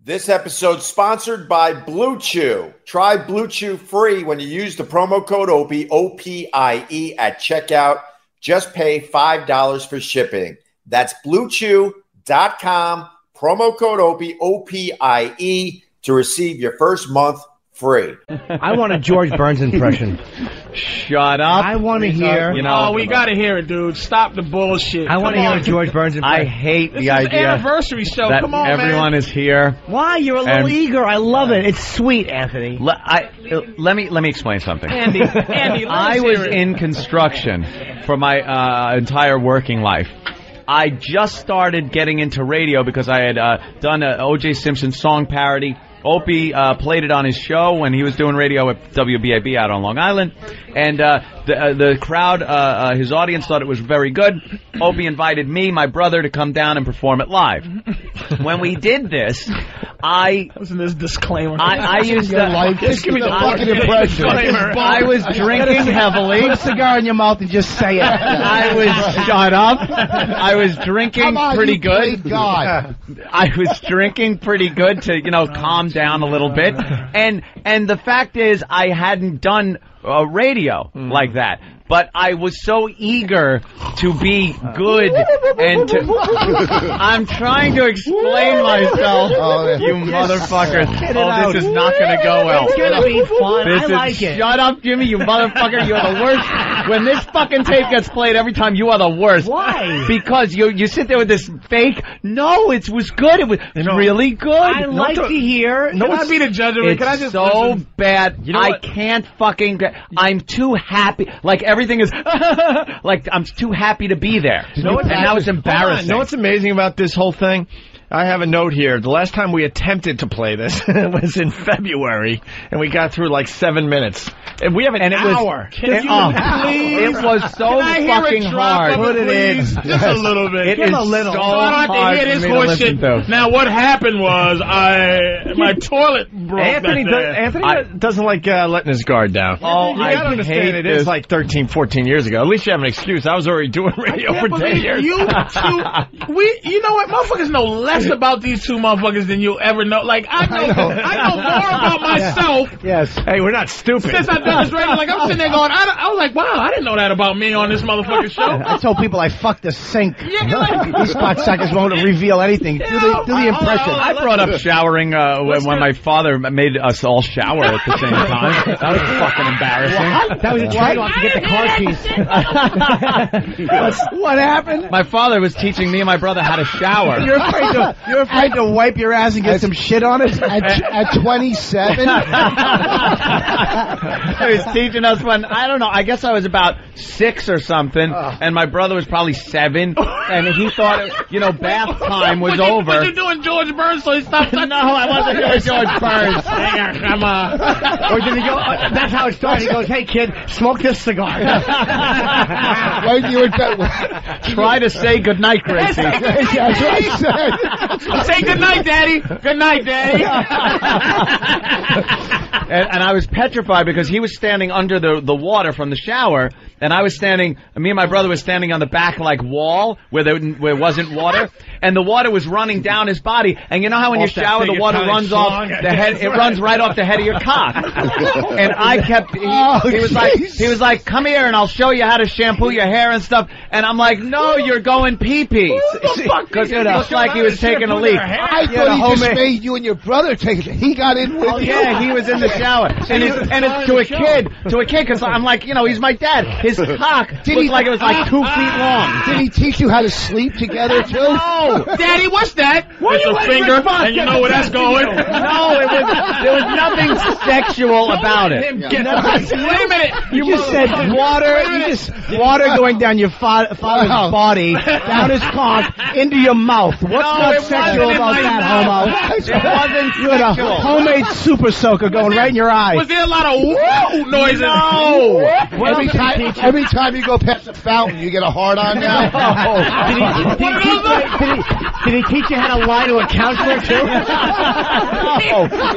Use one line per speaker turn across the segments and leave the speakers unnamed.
This episode sponsored by Blue Chew. Try Blue Chew free when you use the promo code OPIE, O-P-I-E E at checkout. Just pay $5 for shipping. That's bluechew.com, promo code OPIE, O-P-I-E E to receive your first month free.
I want a George Burns impression.
Shut up.
I want to hear.
You know-
No, Oh, we gotta hear it, dude. Stop the bullshit.
I want to
Come
hear
on.
a George Burns
I
impression.
hate
This
the
is an
idea
anniversary show.
that
Come on,
everyone
man.
is here.
Why you're a little
And-
eager? I love it. It's sweet, Anthony.
Le- I- uh, let me let me explain something.
Andy, Andy, let
I
us
was
hear it.
in construction for my uh, entire working life. I just started getting into radio because I had uh, done a O.J. Simpson song parody. Opie uh, played it on his show when he was doing radio at WBAB out on Long Island, and uh, the uh, the crowd, uh, uh, his audience thought it was very good. Opie invited me, my brother, to come down and perform it live. when we did this, I
Listen to this disclaimer.
I, I used to
like this.
Give me the
I-
fucking impression. Disclaimer.
I was drinking heavily.
Put a cigar in your mouth and just say it.
I was shut up. I was drinking
Come on,
pretty
you
good.
played God.
I was drinking pretty good to you know calm down a little bit. And and the fact is, I hadn't done uh, radio
Hmm.
like that. But I was so eager to be good and to. I'm trying to explain myself,
Oh, yeah.
you motherfucker.
Get it
Oh,
out.
this is not going to go well.
It's gonna be fun.
This
I
is-
like it.
Shut up, Jimmy, you motherfucker. You're the worst. When this fucking tape gets played every time, you are the worst.
Why?
Because you you sit there with this fake. No, it was good. It was really good.
I like to hear.
Can I be the judge of it?
It's
Can I just
so
listen?
bad.
know
I
what?
can't fucking. gra- I'm too happy. Like everything is. like I'm too happy to be there. and that was embarrassing.
You know what's amazing about this whole thing? I have a note here. The last time we attempted to play this was in February, and we got through like seven minutes. And we have an
and it was,
hour.
It, oh, it was so
I hear
fucking
a
hard.
drop Of it, please? Just a little bit.
It is so
So I don't
hard
have to hear
for
this
me to listen
horseshit.
to.
Now what happened was I my toilet broke.
Anthony,
that
does,
day.
Anthony
I-
doesn't like uh, letting his guard down.
Oh,
you
I
gotta
hate
understand it
this.
is like 13, 14 years ago. At least you have an excuse. I was already doing radio
can't
for
believe
10 years.
You two, we, you know what? Motherfuckers know less about these two motherfuckers than you ever know. Like I know, I know, more about myself
Yes.
Hey, we're not stupid.
since I've done this radio. Like I'm sitting there going, I, don't- I was like, wow, I didn't know that about me on this motherfucking show.
I told people I fucked the sink.
Yeah, you're like-
These pot suckers won't reveal anything. Do the, do the
Oh,
impression.
I brought up showering uh, when, when my father made us all shower at the same time. That was fucking embarrassing.
That was a trade-off to get the car keys. What happened?
My father was teaching me and my brother how to shower.
You're afraid to, you're afraid to wipe your ass and get some shit on it? At, at 27?
he was teaching us when I don't know. I guess I was about six or something,
Ah.
and my brother was probably seven, and he thought you know bath time was
what you,
over.
What you doing, George Burns? So he stopped.
no, I wasn't doing George Burns.
Hang on, I'm uh,
Or did he go? uh, that's how it started. He goes, "Hey kid, smoke this cigar."
When you were done-
Try to say goodnight, Gracie.
That's what I said.
say good night, Daddy. Good night, Daddy.
and, and I was petrified because he was standing under the, the water from the shower, and I was standing. Me and my brother was standing on the back like wall where there where wasn't water, and the water was running down his body. And you know how when you
Off that
shower,
thing
the
you're
water
trying to
runs off
schlong it.
the head. It runs right off the head of your cock. and I kept. He,
Oh,
he was like,
jeez.
he was like, come here and I'll show you how to shampoo your hair and stuff. And I'm like, no, you're going pee pee because it looked like he was taking a leak.
I
Yeah, the
thought he just
homemade-
made you and your brother take it. He got in with
Oh
you.
yeah, he was in the shower, and it's, and it's to a kid, to a kid, because I'm like, you know, he's my dad. His cock
he-
looked like it was like two feet long.
Did he teach you how to sleep together too?
No,
Daddy, what's that? It's a finger, and you know where that's going.
no, it was there was nothing sexual about it.
Wait a minute.
You just said water. You just water going down your fa- father's
Oh.
Wow.
body, down his cock, into your mouth. What's
it
not
wasn't
sexual
in
about
my
that,
mouth.
homo?
It wasn't
You had a
sexual.
homemade super soaker going right in your eye.
Was there a lot of woo noises?
Every time, every time you go past a fountain, you get a hard on
Oh.
now. Oh,
Did he, did, he teach you, did, he, did he teach you how to lie to a counselor Oh, too?
One of those, one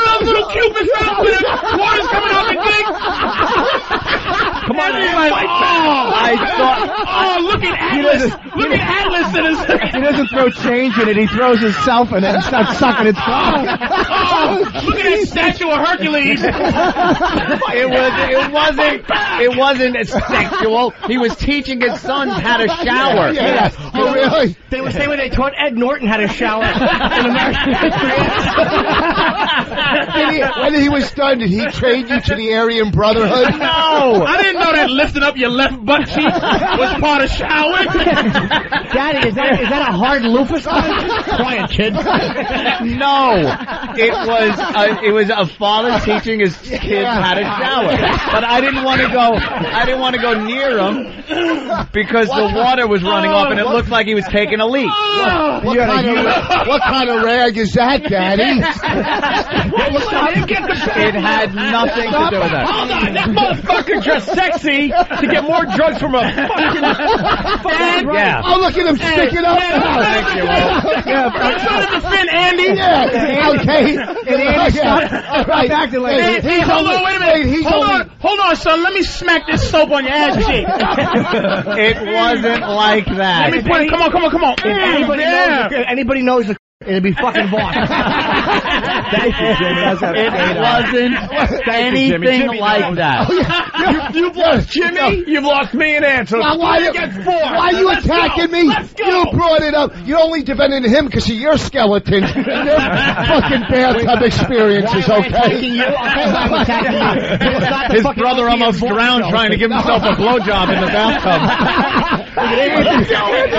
of those little Cupid's out there, water's coming out the dick.
Come
Murphy's like, oh,
I thought
oh, look at
He
Atlas.
doesn't-
Look at Atlas in his.
He doesn't throw change in it. He throws himself in it and starts sucking its cock.
Oh, look at that statue of Hercules.
It was. It wasn't. It wasn't sexual. He was teaching his sons how to shower.
Yes. Oh, really?
They were saying when they taught Ed Norton how to shower in American history.
Did he, when he was done, did he trade you to the Aryan Brotherhood? No.
I didn't know that lifting up your left butt cheek was part of showering.
Daddy, is that is that a hard lupus? Quiet, kid.
no. It was a, it was a father teaching his kids how to shower, but I didn't want to go. I didn't want to go near him because the water was running off and it looked like he was taking a leak.
What kind, of, what kind of rag is that, Daddy?
It had nothing to do with that.
Hold on, that motherfucker just
Sexy to get more drugs from a fucking yeah.
Oh, look at him stick it up.
Thank you. Walt.
Yeah. Okay.
Oh,
Okay. All right.
acting like
Hey,
Hey, hey, hold on, wait a minute.
Wait, he's
hold
only-
on, hold on, son. Let me smack this soap on your ass cheek.
It wasn't like
Let
that.
me put it. Come on, come on, come on. Mm,
Anybody
yeah.
knows? Anybody knows? The, it'd be fucking Vaughn. Thank you, Jimmy. That's a
It wasn't anything like that.
You, you brought
Jimmy, you've lost me an answer.
Now, why you, why you attacking me? You brought it up. You only defended him because of your skeletons and their fucking bathtub experiences,
Why am I
okay?
attacking you? Okay, why am I attacking you? It's not the
His
fucking
brother
OP
almost
and Vaughn
drowned
show.
trying to give himself a blowjob in the bathtub. Trying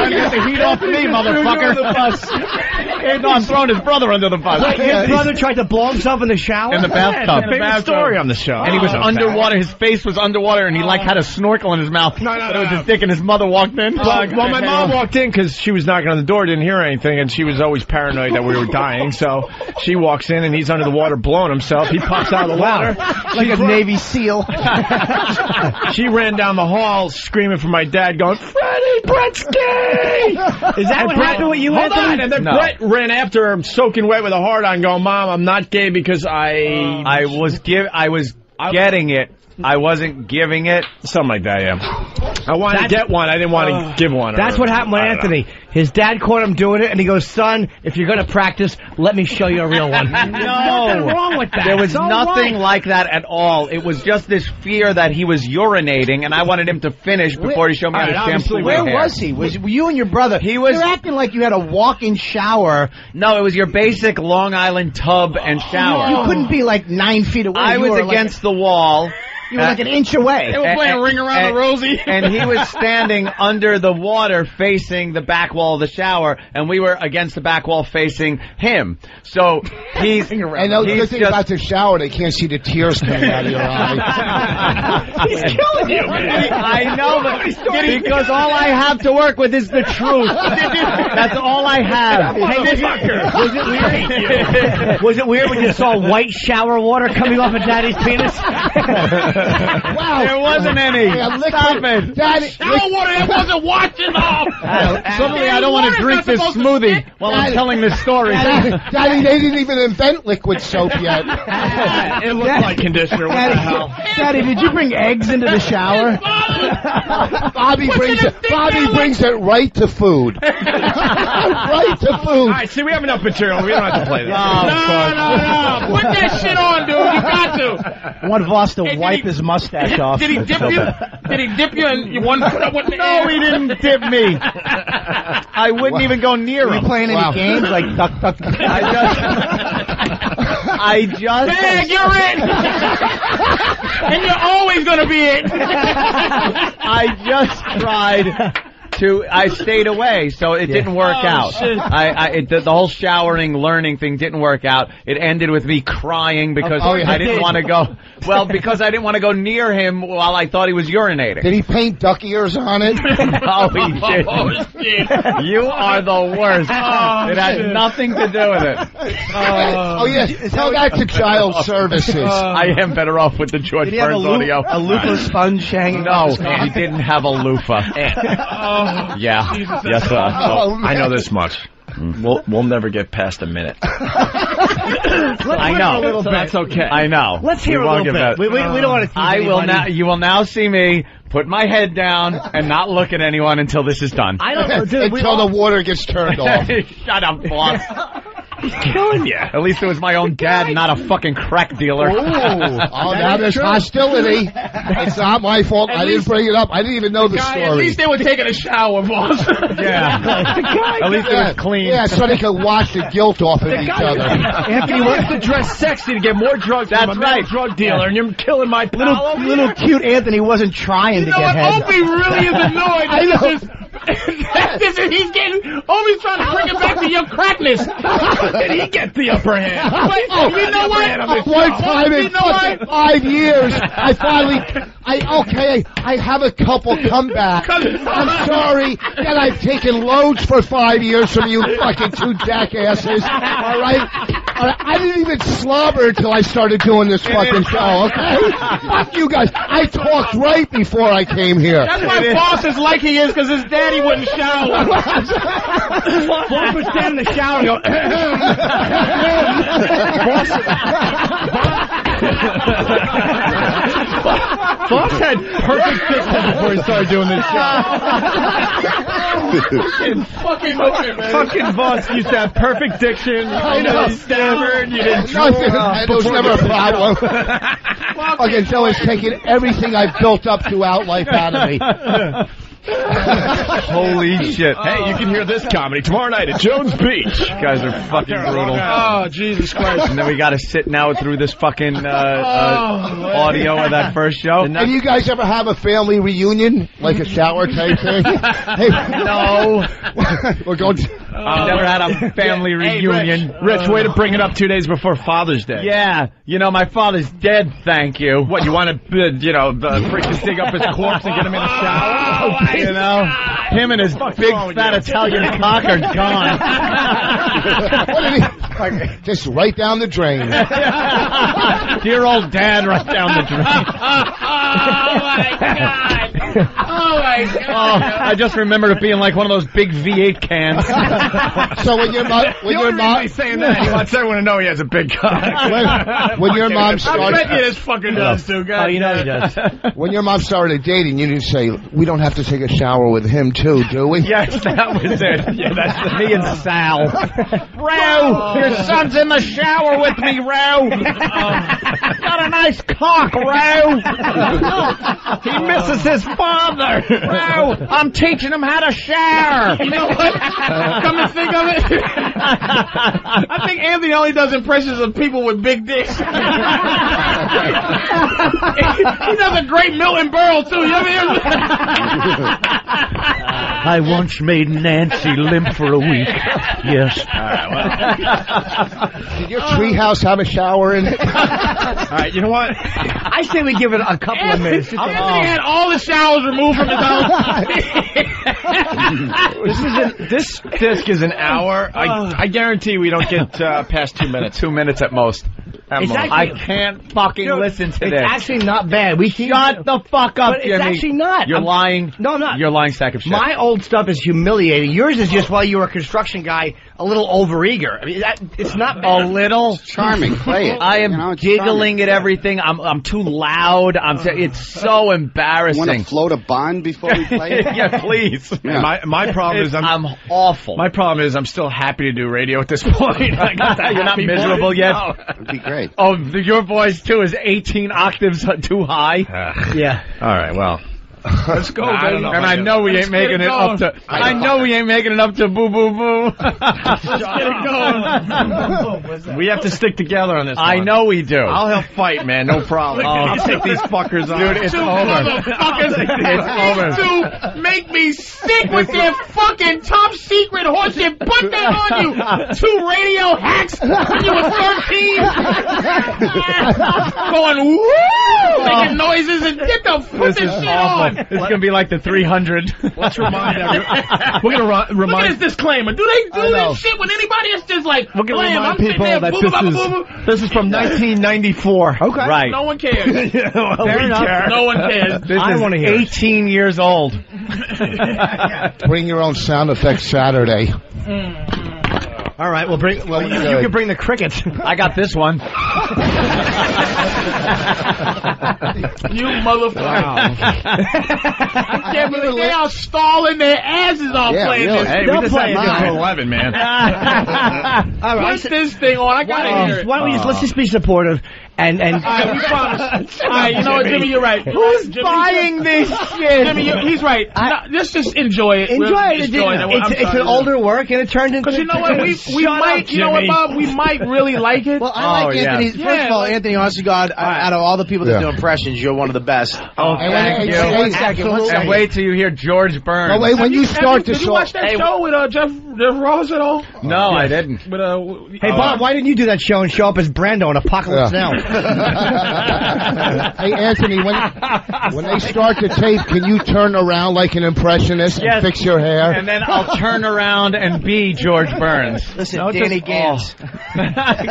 to get the heat off me, motherfucker. no, I'm throwing his brother under the bus.
His brother tried to blow himself in the shower.
In the bathtub. Oh,
Favorite story on the show.
And he was underwater. His face was underwater, and he like had a snorkel in his mouth. No, no, no. His dick, and his mother walked in. Well, well my mom walked in because she was knocking on the door, didn't hear anything, and she was always paranoid that we were dying. So she walks in, and he's under the water, blowing himself. He pops out of the water like a Navy SEAL. she ran down the hall screaming for my dad, going, "Freddie Bretsky!" Is that
what happened with you,
Hold
Anthony?
on, and then
No.
Brett ran after him, soaking wet with a hard on, going, "Mom, I'm not gay because I."
Uh, I was give. I was getting it. I wasn't giving it.
Something like that, yeah. I wanted to get one. I didn't want to give one.
That's
or-
what happened with
I don't know.
Anthony. His dad caught him doing it, and he goes, "Son, if you're gonna practice, let me show you a real one." nothing wrong with that.
There was
So
nothing
what?
like that at all. It was just this fear that he was urinating, and I wanted him to finish before he showed me how to
All right,
shampoo
obviously,
my
Where
hair.
was he? Was were you and your brother?
He was-
You're acting like you had a walk-in shower.
No, it was your basic Long Island tub and shower.
You couldn't be like nine feet away.
I
You
was
were like-
against the wall.
you were like an inch away.
They were playing Ring Around
and-
the Rosie.
and he was standing under the water facing the back wall of the shower, and we were against the back wall facing him. So he's,
And the
he's
good thing about the shower, they can't see the tears coming out of your eye.
he's killing you. I know, but because all I have to work with is the truth. That's all I have.
Was it weird? was it weird when you saw white shower water coming off of Daddy's penis?
There wasn't any.
Yeah, liquid.
Stop it.
Daddy,
Shower water that wasn't washing off.
Suddenly, I don't want to drink this smoothie while I'm telling this story.
Daddy, Daddy, they didn't even invent liquid soap yet.
It looked like conditioner. What the hell?
Daddy, did you bring eggs into the shower?
Bobby brings it. Bobby brings it right to food. right to
All
food.
right, see, we have enough material. We don't have to play this.
Uh,
No, no, no. Put that shit on, dude. You got to.
One Voss to
did
wipe
he-
his mustache off.
Did he
It's
dip
so
you?
bad.
Did he dip you in your one foot up with the
No, he didn't dip me. I wouldn't even go near him.
Playing any games like duck, duck, duck.
I just, I just,
Bag, you're it. and you're always gonna be it.
I just tried to. I stayed away, so it didn't work
Oh,
out.
shit.
I, I it, the, the whole showering, learning thing didn't work out. It ended with me crying because
Oh, yeah,
I
it
didn't
did.
want to go. Well, because I didn't want to go near him while I thought he was urinating.
Did he paint duck ears on it?
Oh, he did.
Oh shit.
You are the worst. it had nothing to do with it.
oh yeah. Tell that to child services.
I am better off with the George
Did he have a,
Burns
loop,
audio.
a loofah sponge hanging?
No, he didn't have a loofah.
Oh.
Yeah. Yes, sir.
Oh, man.
I know this much.
We'll, we'll never get past a minute.
I know.
little
So
bit.
That's okay. I know.
Let's hear
We
a
won't give
little bit.
that-
We- we- we don't wanna tease
I will
anybody.
now. You will now see me put my head down and not look at anyone until this is done.
I don't know, dude. we
until
all-
the water gets turned off.
Shut up, boss.
killing you.
At least it was my own dad, not a fucking crack dealer.
Oh, now there's hostility. It's not my fault. I didn't bring it up. I didn't even know the
Guy,
story.
at least they were taking a shower, boss.
yeah. At least it was clean.
Yeah, so they could wash the guilt off of each other.
Anthony wants to dress sexy to get more drugs. That's
a male
drug dealer, and you're killing my
Little, little cute Anthony wasn't trying
You
to
know
get
what?
head.
Opie really is annoyed.
I know.
This is, this is, he's getting. Opie's trying to bring it back to your crackness. How did he get the upper hand? But you know what?
One time
You
in
know what?
Oh, fucking five years, I finally, I okay, I have a couple comeback. I'm sorry that I've taken loads for five years from you fucking two jackasses. All right, All right, I didn't even slobber until I started doing this fucking show. Okay, fuck you guys. I talked right before I came here.
That's why boss is like he is because his daddy wouldn't shower.
Boss would stand in the shower and go,
Boss had perfect diction before he started doing this show.
Fucking open, man.
Fucking Boss used to have perfect diction.
I know.
Stammered. You didn't
Nothing. That was never a problem. Fucking Joe has taken everything I've built up throughout life out of me.
Holy shit. Hey, you
can hear this comedy tomorrow night at Jones Beach.
guys are fucking brutal.
Oh, Jesus Christ.
And then we got to sit now through this fucking uh, uh, audio of that first show.
And you guys ever have a family reunion, like a shower type thing? hey,
No,
we're going. To,
I've never had a family reunion.
Rich, way to bring it up two days before Father's Day.
Yeah, you know my father's dead. Thank you.
What, you want to, uh, you know, uh, freaking dig up his corpse and get him in the shower?
You know, him and his big
wrong with
fat
you?
Italian cock are gone.
what did he? Just right down the drain.
Dear old dad, right down the drain.
Oh my
Oh,
God.
I just remember it being like one of those big V8 cans.
So when your mom, when your mom,
saying that, he wants everyone to know he has a big cock.
when, when your mom
I bet you
started,
this fucking does too, guys.
Oh, you know he does.
when your mom started dating, you didn't say we don't have to take a shower with him too, do we?
yes, that was it. Yeah, that's the, me and Sal. Row, your son's in the shower with me, Row. Got a nice cock, Row. he misses his father. Row, I'm teaching him how to shower.
You know what? Come and think of it. I think Anthony only does impressions of people with big dicks. he does a great Milton Berle too. You know what I mean?
I once made Nancy limp for a week. Yes.
Did your treehouse have a shower in it?
All right, you know what?
I say we give it a couple of minutes. Just
Anthony had all the showers removed from his house.
This is an, this disc is an hour. I, I guarantee we don't get uh, past two minutes.
Two minutes at most.
At
It's
most.
I
actually,
can't fucking
Dude,
listen to
it's
this.
actually not bad. We keep
Shut the fuck up,
But it's
Jimmy.
actually not.
You're
I'm-
lying.
No, I'm not.
You're lying, sack of shit.
My old stuff is humiliating. Yours is just while you were a construction guy, a little overeager. I mean, that, it's not
a
bad.
little.
Charming, play it.
I am
You know, it's
giggling
charming.
at everything. I'm I'm too loud. I'm t- it's so
Want to
embarrassing.
float a bond before we play it?
yeah, please.
Yeah.
My my problem is I'm,
I'm awful.
my problem is I'm still happy to do radio at this point. I got that
You're not
happy
miserable
voice.
yet?
No.
It'd be great.
oh, th- your voice too is 18 octaves too high.
Yeah.
All right, well. Let's go. I don't know.
and I know we ain't
get
making
it
it up to. I, know we ain't making it up to boo boo boo.
we have to stick together on this.
I
one.
know we do.
I'll help fight, man. No problem. I'll take these fuckers on. Dude, it's
Two motherfuckers. These two make me sick with their fucking top secret horseshit. Put that on you. Two radio hacks when you were 13. Going woo, making noises and get the put this,
This is
shit
awful.
on.
It's gonna be like the 300.
Let's remind everyone. We're gonna
Look
ri-
at
remind
this disclaimer. Do they
I
do
know.
that shit with anybody? It's just like,
We're gonna
blam, I'm
remind
sitting
people
there,
that
boom,
this
ba,
is
boom, boom.
this is from 1994. Okay.
right.
No one cares.
Fair enough.
No one cares.
This
I
is
wanna hear it.
18 years old.
Bring your own sound effects Saturday.
All right, we'll bring. Well, you, you can bring the crickets.
I got this one.
You motherfucker. I can't believe they are stalling their asses off
Yeah,
playing
really.
this.
Hey, we
They're
decided to go
playing
to
mine.
11, man.
All right,
Put this thing on. I
Why
gotta
don't,
hear
we-
it.
why don't we just let's just be supportive and and
All right, we promise. All right, you know what, Jimmy, you're right.
Who's
Jimmy,
buying this shit?
Jimmy, you- he's right. No, let's just enjoy it.
Enjoy
We'll
it. It's,
enjoy it. I'm
it's, it's an
sorry.
older work, and it turned into.
But you know what? We, we might. you know what, Bob? We might really like it.
Well, I like
Oh, yeah.
Anthony. First
Yeah,
of all,
like-
Anthony, honest to God, I- out of all the people that
Yeah.
do impressions, you're one of the best.
Oh,
And
thank
when-
you.
and-
One second, one
absolutely.
second.
And wait till you hear George Burns.
No, wait, when you
Have
start
did
this
you
off,
watch that show with uh, Jeff, Jeff Ross at all?
No, I didn't.
With, uh,
Hey, Bob, why didn't you do that show and show up as Brando in Apocalypse
Yeah.
Now?
hey Anthony, when when they start the tape, can you turn around like an impressionist and
Yes.
fix your hair?
And then I'll turn around and be George Burns. oh.
Listen, Danny Gans.
you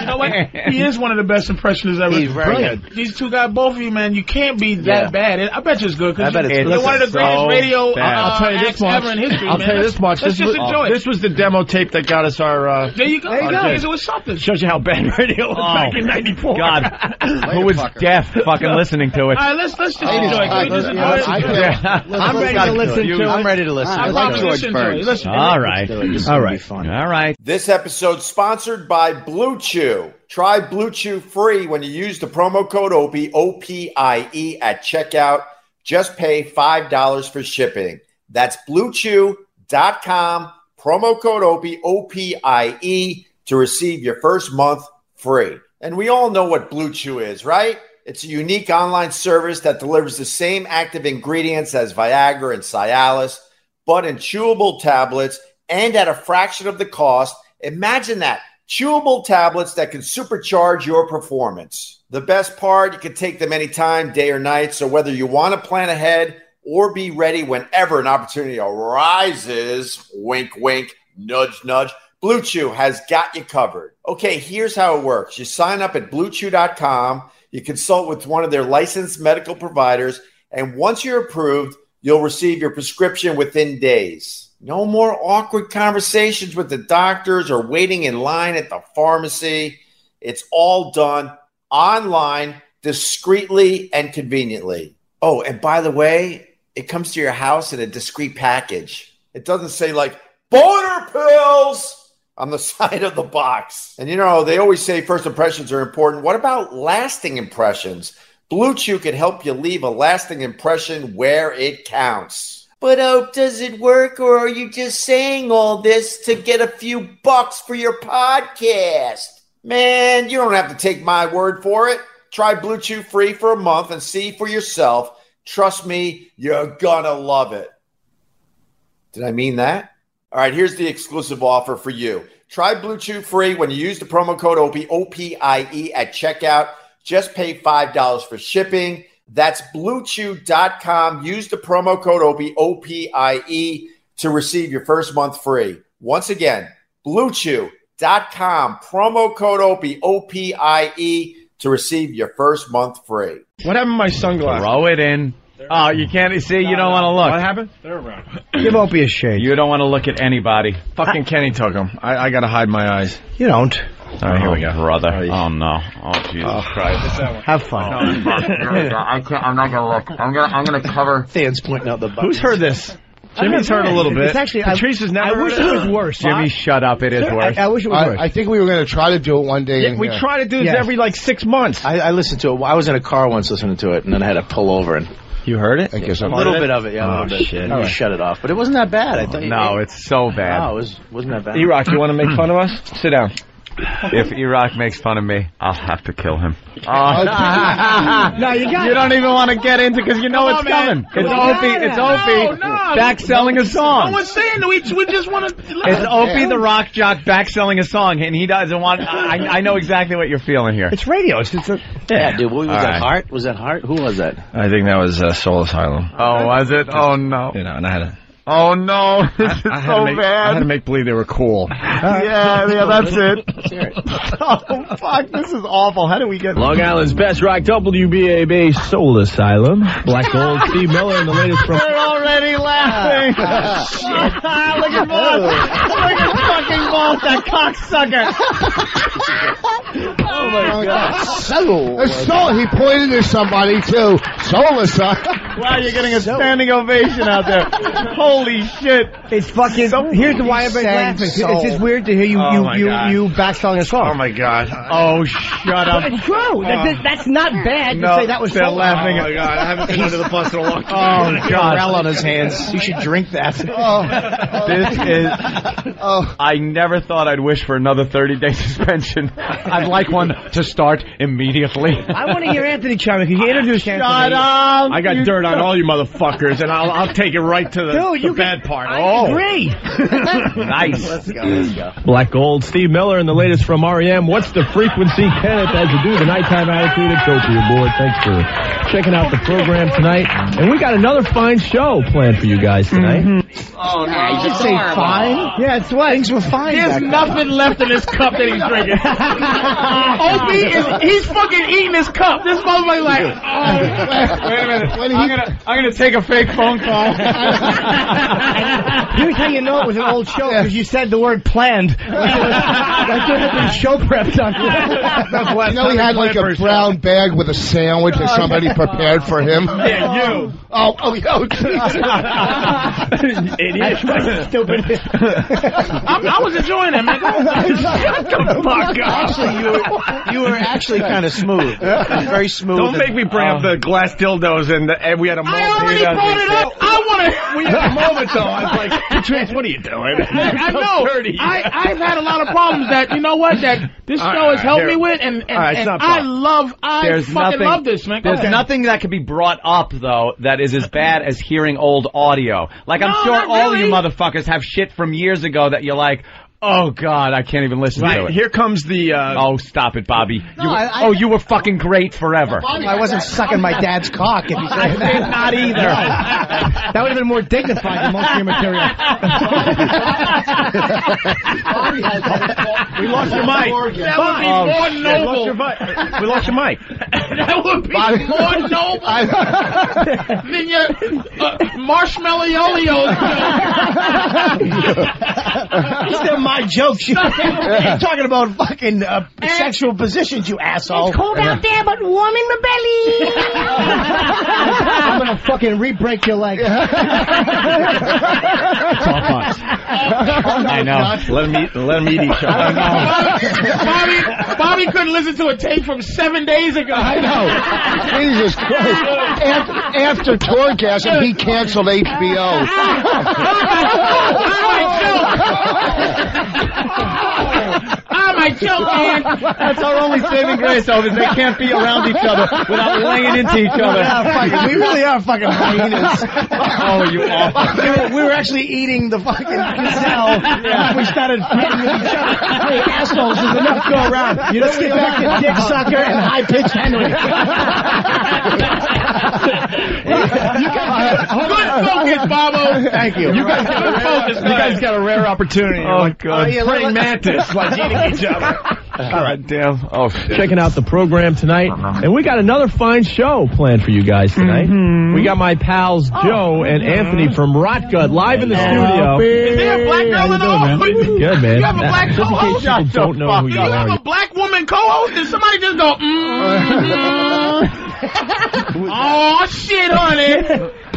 know what?
he is one of the best impressionists ever.
He's very good.
These two guys, both of you, man, you can't be that
Yeah.
bad. It- I bet you it's good.
I
Cause
bet
you,
it's
you're
good.
one of the
It's
greatest
so
radio uh,
bad.
I'll tell you this
acts
much.
ever in history,
I'll
man.
tell you
Let's-
this much.
Let's
this
just
was,
enjoy it.
This was the demo tape that got us our. Uh,
There you go.
There you go.
Jason, it was something.
shows you how bad radio was
Oh.
back in '94.
God, who was deaf fucking listening to it?
All right, let's let's just
Ladies,
enjoy. it.
uh,
Can we
let's-
just
yeah, let's
enjoy it?
enjoy it.
Yeah.
I'm ready to listen to it. I'm ready to listen.
I
I
like
probably
George
just enjoy it.
Burns.
Listen,
All right.
This is
All
gonna
right.
be fun.
All right.
This episode sponsored by Blue Chew. Try Blue Chew free when you use the promo code OPIE, O-P-I-E E at checkout. Just pay $5 for shipping. That's bluechew.com, promo code OPIE, O-P-I-E E to receive your first month free. And we all know what Blue Chew is, right? It's a unique online service that delivers the same active ingredients as Viagra and Cialis, but in chewable tablets and at a fraction of the cost. Imagine that chewable tablets that can supercharge your performance. The best part, you can take them anytime, day or night. So whether you want to plan ahead or be ready whenever an opportunity arises, wink, wink, nudge, nudge. Blue Chew has got you covered. Okay, here's how it works you sign up at bluechew.com, you consult with one of their licensed medical providers, and once you're approved, you'll receive your prescription within days. No more awkward conversations with the doctors or waiting in line at the pharmacy. It's all done online, discreetly, and conveniently. Oh, and by the way, it comes to your house in a discreet package. It doesn't say like boner pills on the side of the box. And you know, they always say first impressions are important. What about lasting impressions? Blue Chew can help you leave a lasting impression where it counts. But oh, does it work, or are you just saying all this to get a few bucks for your podcast? Man, you don't have to take my word for it. Try Blue Chew free for a month and see for yourself. Trust me, you're gonna love it. Did I mean that? All right, here's the exclusive offer for you. Try Blue Chew free when you use the promo code OPIE, O-P-I-E E at checkout. Just pay $5 for shipping. That's bluechew.com. Use the promo code OPIE, O-P-I-E E to receive your first month free. Once again, bluechew.com, promo code OPIE, O-P-I-E E to receive your first month free.
What happened to my sunglasses?
Throw it in. Oh, you can't see. You don't want to
What
look.
happened?
Give Opie a shade.
You don't want to look at anybody.
Fucking Kenny took him. I, I gotta hide my eyes.
You don't.
All right, here we go.
brother.
Right.
Oh no. Oh Jesus Christ.
Have fun.
I can't, I'm not gonna look. I'm gonna, I'm gonna cover.
Fans pointing out the buttons.
Who's heard this? Jimmy's heard a little bit.
It's actually- I-
Patrice has never
I wish
heard
it was worse.
Jimmy, shut up. It is worse.
I, I wish it was
I, I
worse.
think we were going to try to do it one day.
Yeah,
in
we
here.
try to do this
Yes.
every like six months.
I, I listened to it. I was in a car once listening to it, and then I had to pull over and
You heard it?
I guess
a
I'm
little bit of it. Yeah, a
Oh,
little bit.
shit.
And you shut it off, but it wasn't that bad. I thought.
No, it's so
No, it
bad.
was wasn't that bad.
E-Rock, you want to make fun of us? Sit down.
If Iraq makes fun of me, I'll have to kill him.
no, you got
Oh. You don't even want to get into because you know it's
Come on, man.
coming.
Come
it's
on.
Opie. It's
No,
Opie.
no.
back selling a
I
song.
was saying that we we just want to.
It's Opie "Oh, the rock jock back selling a song, and he doesn't want. I, I- I know exactly what you're feeling here.
It's radio. It's, it's a,
Yeah, dude. What, was
All
that
right.
Hart? Was that Hart? Who was that?
I think that was uh, Soul Asylum.
Oh, was it? Oh no.
You know, and I had a.
Oh no, this is
I had, to
so
make, I had
bad.
to make believe they were cool.
yeah, yeah, that's it.
oh fuck, this is awful. How do we get
Long Island's best rock WBAB Soul Asylum. Black Gold, Steve Miller, and the latest from.
They're already laughing. Look at Boss. Look at fucking Boss, that cocksucker. oh my god.
Soul. soul. He pointed at somebody too. Soulless.
Wow, you're getting a standing ovation out there. Holy shit.
It's fucking. Here's the why everybody's laughing. It's just weird to hear you
Oh, my
you
God.
you, you backselling a song.
Oh my god. Oh shut up.
But it's true. That- that- that's not bad to
No,
say that was
they're
so-
laughing.
Oh, my God. I haven't been under the bus in a long
time. Oh god. Oh.
Corral on his hands. You should drink that.
This is. I never thought I'd wish for another 30 day suspension. I'd like one to start immediately.
I want to hear Anthony Charman because you introduced Anthony.
Shut up! I got dirt on all you motherfuckers, and I'll I'll take it right to the,
Dude,
the
you
bad part.
I
oh,
agree.
Nice.
Let's go.
Let's Black Gold, Steve Miller, and the latest from REM. What's the frequency, Kenneth, as you do the nighttime attitude at Topia Board? Thanks for checking out the program tonight. And we got another fine show planned for you guys tonight.
Mm-hmm.
Oh no.
You should say fine. Yeah, it's what things were fine.
There's nothing
left in his
cup that he's drinking.
Oh,
Oh,
Opie is he's fucking eating his cup. This motherfucker like oh
wait a minute. I'm gonna I'm gonna take a fake phone call.
Here's how you know it was an old show because you said the word planned. like there had been show prep done.
you know he had like a brown bag with a sandwich that somebody prepared for him.
Yeah, you.
Oh, oh, yo, Jesus.
Idiot. stupid.
I'm, I was enjoying it, man. Shut the fuck up.
Actually, you were, you were actually kind of smooth. Very smooth.
Don't make me bring up the glass dildos and, the, and we had a moment. I already brought it up.
I want to.
We had a moment though. I was like, Patrice, what are you doing?
I, I know. I, I've had a lot of problems that you know what that this
All
show
right,
has helped
here.
me with, and, and,
All right, it's
and
not
I
problem.
love I
there's
fucking
nothing,
love this man.
There's
Okay.
nothing that can be brought up though that is as bad as hearing old audio. Like I'm
No,
sure
not
all you
really.
motherfuckers have shit from years ago that you're like, oh god, I can't even listen to
Right,
it.
here comes the. Uh,
oh, stop it, Bobby.
No,
You-
I- I-
oh, you were fucking great forever.
I wasn't sucking my dad's cock. If you
I did not either. that would have been more dignified than most of your material.
we lost your mic.
That would be
Oh,
more
shit,
noble.
lost your mic. We lost your mic.
That would be more noble than your uh, marshmallow
These are my jokes. You, are talking about fucking uh, sexual positions, you asshole. It's cold out there, but warm in my belly. I'm gonna fucking re-break your leg.
I know. Let me let me eat each other.
Bobby, Bobby couldn't listen to a tape from seven days ago. I
know. Jesus Christ. After, after Torgasm, he canceled HBO.
I might choke, man.
That's our only saving grace, though, is they can't be around each other without laying into each other.
we really are fucking hyenas.
Oh, you awful.
We were, we were actually eating the fucking gazelle. We started fighting with each other. Hey, assholes, there's enough to go around. Let's get back to dick sucker and high pitch Henry.
Good focus, Bobo.
Thank you.
You guys got a rare, you guys got a rare opportunity. Oh, like, God.
yeah, let-
praying mantis, like eating each other. All right, damn. Oh, shit.
checking out the program tonight. And we got another fine show planned for you guys tonight. We got my pals Joe and Anthony from Rotgut live in the studio.
Is there a black girl in the doing,
Good man.
You have a black
Just in case
co-host?
people don't know who
Do
you
you have
are.
a black woman co-host? Did somebody just go, mm Oh, shit, honey.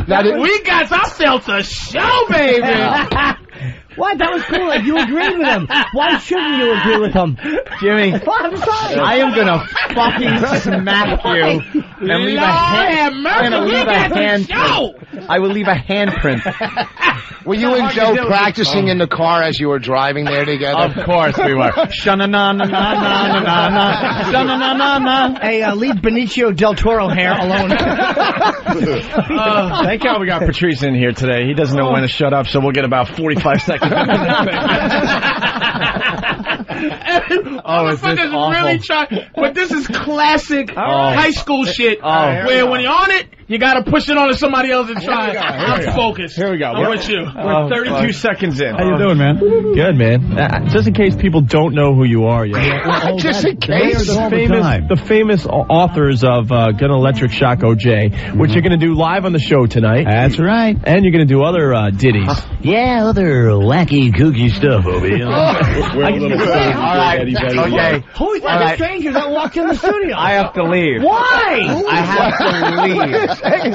That is,
We got ourselves a show, baby.
What? That was cool. Like, you agreed with him. Why shouldn't you agree with him?
Jimmy,
I'm sorry.
I am gonna fucking smack you and leave
Lord
a hand.
have
I'm
mercy.
gonna
We
leave a
got the show.
handprint. I will leave a handprint.
were you and Joe practicing in the car as you were driving there
Of
together?
course we were. Shana na na na na na na. Shana na na na.
Hey, uh, leave Benicio del Toro hair alone.
Uh, thank God we got Patrice in here today. He doesn't know when to shut up, so we'll get about 45 seconds.
oh,
is this
really trying, but this is classic high school shit.
Oh.
where when you're on it, you You got to push it onto somebody else and try. it.
we
I'm
go.
focused. Here we go. I'm
We're-
with you.
we're 32 seconds in.
How you doing, man? Good, man. Uh, just in case people don't know who you are yet.
Just in case.
The famous, the famous au- authors of uh, Gun Electric Shock OJ, which you're going to do live on the show tonight. That's right. And you're going to do other uh, ditties.
Yeah, other wacky, kooky stuff over here.
We're a little
All right. Okay.
Who
All
is that
right.
stranger that walked in the studio? I
have to leave.
Why?
I have to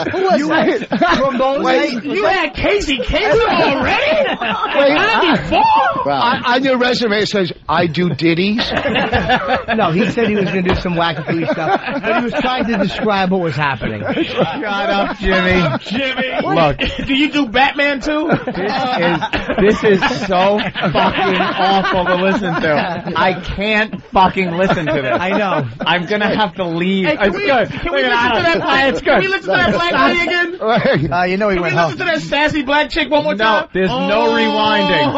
leave.
Who was
You-
that? From those
Wait, you had Casey Kasem already?
Wait, I, on your resume it says I do ditties.
no, he said he was going to do some wacky stuff, but he was trying to describe what was happening.
Shut
up, Jimmy.
Jimmy.
Look.
Do you do Batman too? Uh,
This is so fucking awful to listen to. I can't fucking listen to this. I know. I'm gonna have to leave.
Hey, can we- can we listen to that black- can we listen to that black lady again?
Uh, you know he
Can we
went
listen to
home.
that sassy black chick one more time? Oh.
there's no rewinding.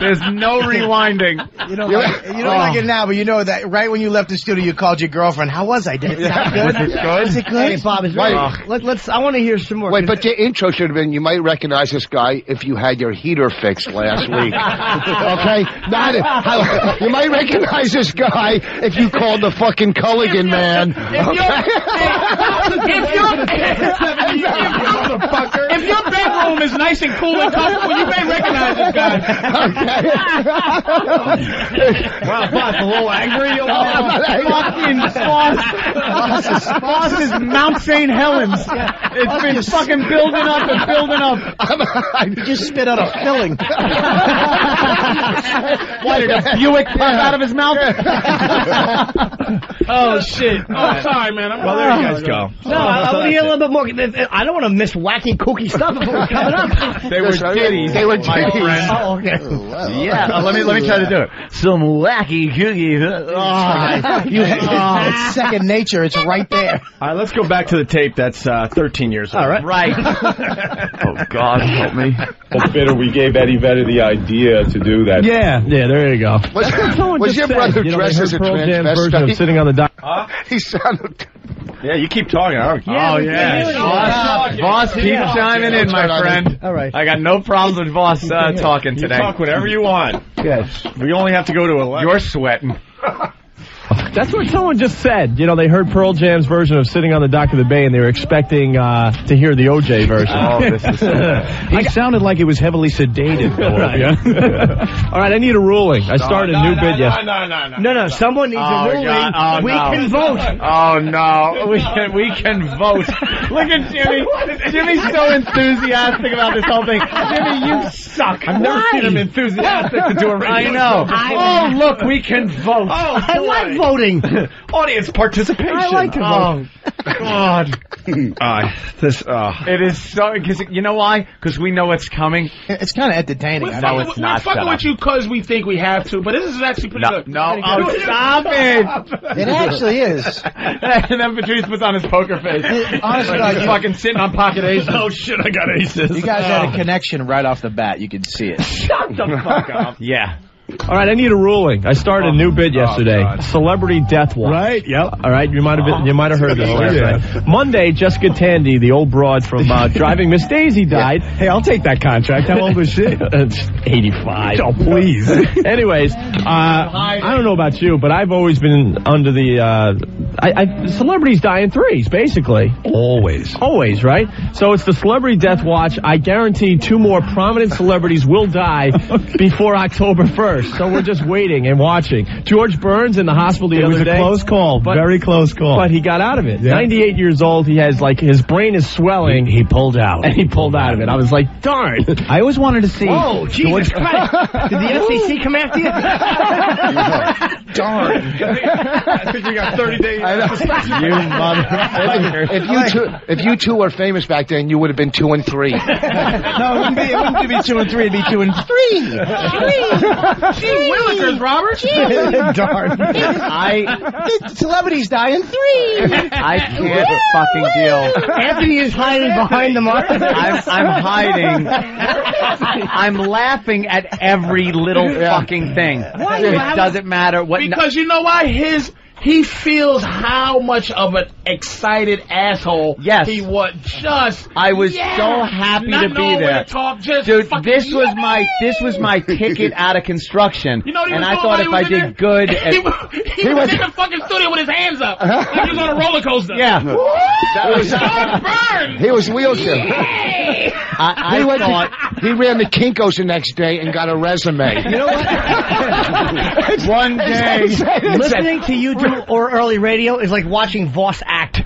There's no rewinding.
You don't, like, you don't like it now, but you know that right when you left the studio, you called your girlfriend. How was I? Did it sound
Yeah.
good?
Was it good?
Was it good?
Hey, Bob, is there- Wait.
Let, let's. I want to hear some more.
Wait, but your intro should have been you might recognize this guy if you had your heater fixed last week. okay? Not if, how, you might recognize this guy if you called the fucking Culligan man.
If your,
Okay?
if your, if your bedroom is nice and cool and comfortable, you may recognize this guy.
wow, boss, a little angry. Oh.
No, I'm not angry.
fucking boss. Boss is, boss is Mount St. Helens. It's been fucking building up and building up. you just spit out a filling. Why did a Buick pop out of his mouth?
oh shit! Oh, sorry, man. I'm
Well, there you guys go.
No, I, I want to hear a little bit more. I don't want to miss wacky, kooky stuff if it was coming up.
They were ditties.
They were
my
ditties.
friend.
Oh, okay.
Yeah, uh, let me let me try to do it. Some wacky cookie. Oh, you, oh, it's second nature. It's right there.
All right, let's go back to the tape that's uh, 13 years old. All right.
Oh
Uh,
God, help me.
Well, bitter, we gave Eddie Vedder the idea to do that.
Yeah, yeah, there you go.
Was, was your brother dressed as a transvestite?
sitting on the dock.
He sounded.
Yeah, you keep talking. I don't
oh yeah, Voss, Voss, keep
Yeah.
chiming in, my
That's right, I mean-
friend. All right, I got no problems with Voss uh, talking today.
talk whatever you want.
Yes.
We only have to go to 11.
You're sweating.
That's what someone just said. You know, they heard Pearl Jam's version of Sitting on the Dock of the Bay, and they were expecting uh, to hear the OJ version.
Oh, this is so bad.
he sounded like he was heavily sedated. right. All right, I need a ruling. I started a new
no,
bid
no,
yesterday.
No, no, no.
No, no. Someone needs a ruling. we can vote.
Oh no, we can we can vote. Look at Jimmy. Jimmy's so enthusiastic about this whole thing. Jimmy, you suck. I've
never seen him
enthusiastic to do a I know.
I-
oh look, we can vote. Oh,
I like voting.
audience participation.
I like to vote.
Oh, God.
Uh,
Ah,
this, uh,
It is so because you know why? Because we know what's coming.
It's kind of entertaining.
No,
I know.
it's
It's
not.
We're fucking
Shut up.
with you because we think we have to, but this is actually pretty
No,
good.
no,
Pretty
oh,
good.
stop it!
It actually is.
and then Patrice puts on his poker face.
Honestly,
like, he's
you-
fucking sitting on pocket aces. oh shit, I got aces.
You guys had
Oh.
a connection right off the bat. You could see it.
Shut the fuck up.
Yeah. All right, I need a ruling. I started a new bid yesterday. Celebrity death watch. Right. Yep. All right. You might have been, you might have heard this
Yeah.
last night. Monday, Jessica Tandy, the old broad from uh, Driving Miss Daisy, died. Hey, I'll take that contract. How old was she? Eighty-five. Oh, please. Anyways, uh, I don't know about you, but I've always been under the uh, I, I, celebrities die in threes, basically. Always. Always, right? So it's the celebrity death watch. I guarantee two more prominent celebrities will die before October 1st. So we're just waiting and watching. George Burns in the hospital the
It
other
was a
day.
close call, very close call.
But he got out of it.
Yeah.
98 years old. He has like his brain is swelling. He,
pulled out.
and he pulled out of it. I was like, darn.
I always wanted to see.
Oh, Jesus Christ. Did the FCC come after you?
I think we got 30 days.
You motherfucker. If you two, if you two were famous back then, you would have been two and three.
No, it wouldn't, be, it wouldn't be two and three. It'd be two and three.
Gee Willikers, Robert.
Darn. I celebrities die in three.
I can't fucking deal.
Anthony is hiding behind the market.
I'm, I'm hiding. I'm laughing at every little fucking thing.
Why you
It
haven't-
doesn't matter what.
Because you know why his He feels how much of an excited asshole yes. he was. Just
I was
yeah,
so happy
not
to be
knowing where
there.
to talk, just
Dude,
fucking-
this was my this was my ticket out of construction.
You know what he
and I
was doing
thought
while
if
he
I
was in
did
there?
good,
He
at, Uh-huh.
was- He, was, in the fucking studio with his hands up, like he was on a roller coaster.
Yeah.
That
was-
Burn.
He was wheelchair.
I,
he, went to- he ran the Kinkos the next day and got a resume.
You know what?
One day.
listening to you do or early radio is like watching Voss act.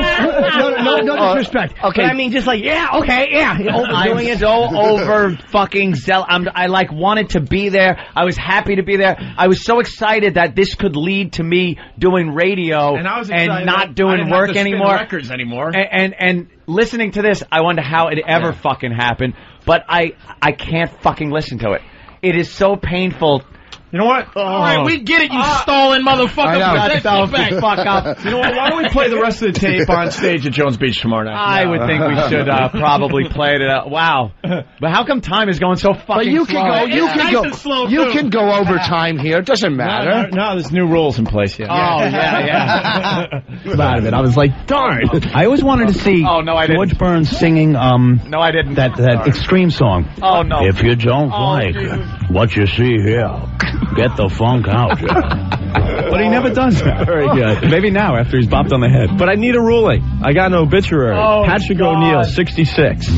no, no, no
Uh,
disrespect.
okay.
But I mean, just like yeah, okay, yeah. You're
I'm
Overdoing it.
so over fucking zeal. I'm, I like wanted to be there. I was happy to be there. I was so excited that this could lead to me doing radio
And I was
and
excited I- I
not doing
didn't have
work
to spin
anymore.
records anymore.
And, and and listening to this, I wonder how it ever fucking happened. But I I can't fucking listen to it. It is so painful. Oh. Ah,
You know what?
All right, we get it, you stalling motherfucker. Put that shit back.
You know what? Why don't we play the rest of the tape on stage at Jones Beach tomorrow night?
I would think we should uh, probably play it out. Wow. But how come time is going so fucking
But you
slow?
can go. You can go. you can go overtime here. It doesn't matter.
No, there's new rules in place. Yeah.
Oh, yeah,
I'm out of it. I was like, darn.
I always wanted to see
Oh, no, I didn't.
George Burns singing um
No, I didn't.
that that extreme song.
Oh, no.
If you don't
Oh,
like what you see here, get the funk out.
But he never does that. Very good. Maybe now after he's bopped on the head. But I need a ruling. I got an obituary.
Oh,
Patrick
God.
O'Neill, 66.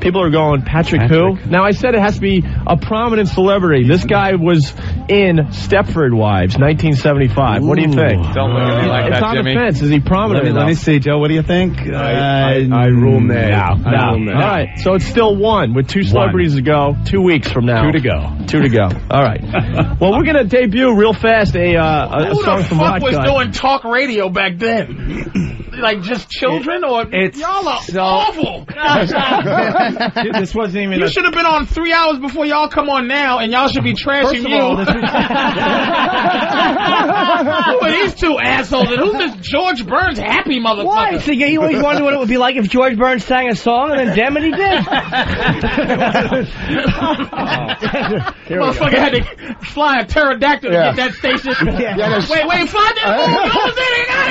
People are going, Patrick, who? Now, I said it has to be a prominent celebrity. This guy was in Stepford Wives, 1975. What do you think?
Don't look at me like
it's
that,
on
Jimmy.
the fence. Is he prominent
Let me, let
enough?
me see, Joe. What do you think?
Uh,
I, I, I rule nay. No, no. All right, so it's still one with two celebrities to go. Two weeks from now.
Two to go.
Two to go. All right. well, we're gonna debut real fast a uh, a, a
Who
song
the
from
fuck
Hot
was
Guy.
doing talk radio back then? like just children, or y'all are awful.
Dude, this wasn't even.
You
a-
should have been on three hours before y'all come on now, and y'all should be trashing
First of
you.
all,
Who are these two assholes? And who's this George Burns happy motherfucker?
Why? So you always wonder what it would be like if George Burns sang a song, and then damn it, he
Here
did.
we go.
Motherfucker had to fly a pterodactyl
Yeah.
to get that station.
Yeah, that's-
wait, wait, fly that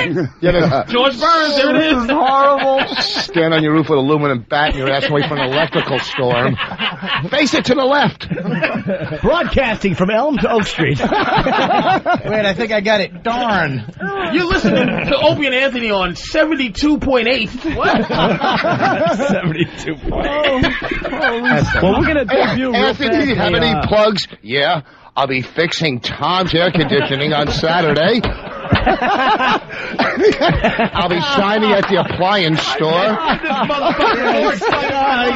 moon.
Yeah, there's-
George Burns, there it is.
horrible. Stand on your roof with aluminum bat and your ass away from an electrical storm. Face it to the left.
Broadcasting from Elm to Oak Street.
Wait, I think I got it. Darn.
You're listening to Opie and Anthony on 72.8. What?
72
Well, we're gonna debut real fast.
Anthony, do you have
a,
any
uh,
plugs? Yeah, I'll be fixing Tom's air conditioning on Saturday. I'll be shining at the appliance store.
I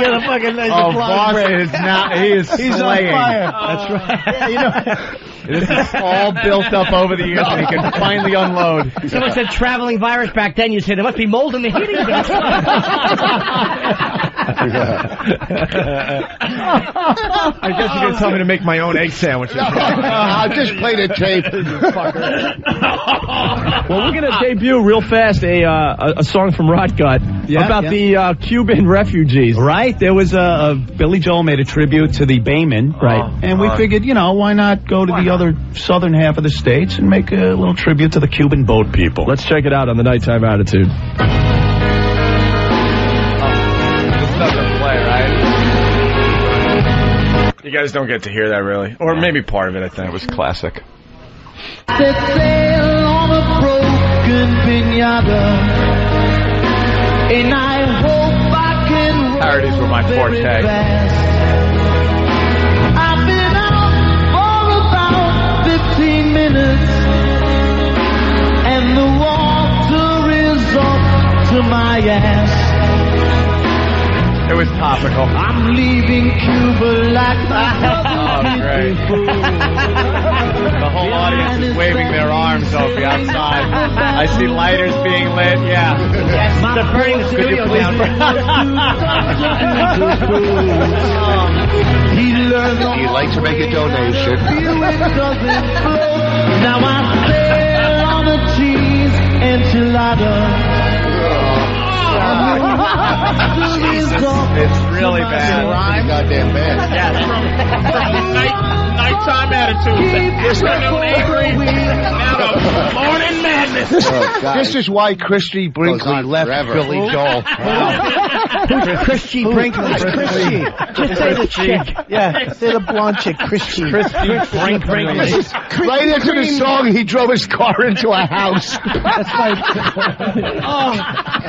got a fucking nice
Oh,
applause
Boss
break.
is not. He is
He's
slaying.
on fire. That's right. Yeah, you know,
This is all built up over the years, and he can finally unload.
someone said traveling virus back then. You said there must be mold in the heating. vents."
I guess you're gonna tell me to make my own egg sandwiches.
I just played a tape.
Well, we're gonna debut real fast a uh, a, a song from Rot Gut
Yeah,
about
yeah.
the uh, Cuban refugees.
Right, there was a, a Billy Joel made a tribute to the Baymen, right? and we
Oh, God.
figured, you know, why not go to the other southern half of the states and make a little tribute to the Cuban boat people?
Let's check it out on the Nighttime Attitude.
You guys don't get to hear that really, or maybe part of it. I think it was classic.
Set sail on a broken pinata. And I hope I can
Parodies were my forte.
I've been out for about 15 minutes. And the water is up to my ass.
It was topical.
I'm leaving Cuba like
Oh, great. The whole audience is waving their arms over the outside. I see lighters being lit. Yeah.
They're burning the
Could you
studio
please?
down.
He learned the
You'd like to make a donation.
Now I sail on a cheese enchilada.
It's really bad.
Goddamn man.
Night, nighttime attitude. Just like they were angry. Now the morning
This,
Oh,
this is why Christy Brinkley left Billy Joel.
Who's Christy Brinkley? Christy. Just say the chick. Yeah, say the blonde chick, Christy. Christy
Brinkley. Right into the song, he drove his car into a house. That's like,
oh,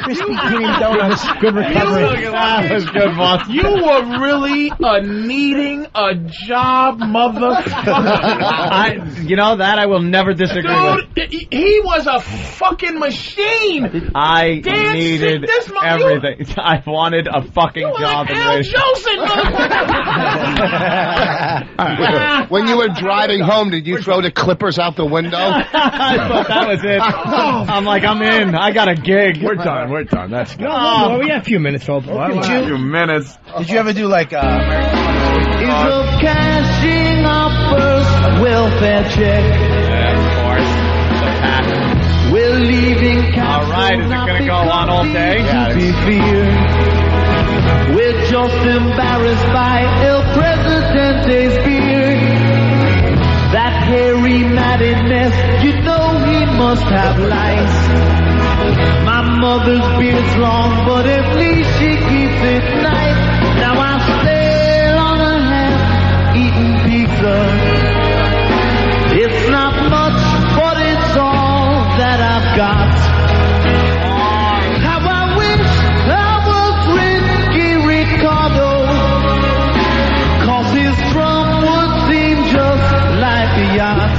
Christy Green Donuts. Good recovery.
That was good,
boss.
You were really a needing a job, motherfucker.
I, you know that I will never disagree with.
Dude, he- he was a fucking machine.
I
Dan, see,
needed
this mo- you-
everything. I wanted a fucking job in
Al
radio.
Jolson, motherfucker.
When- when you were driving home, did you throw the clippers out the window?
I thought that was it. I'm like, I'm in. I got a gig. We're done. We're done. That's
No, no, no, we have a few minutes, folks. Why
Did
not?
you- minutes.
Did you ever do like uh,
Is a cashing offers a welfare check. We're leaving All right, is it going to go on all day? Be feared. We're just embarrassed by El Presidente's beard. That hairy matted mess, you know he must have lice. My mother's beard's long, but at least she keeps it nice. Now I stare on a half-eaten pizza. It's not much, but it's all that I've got. How I wish I was Ricky Ricardo. 'Cause his drum would seem just like a yacht.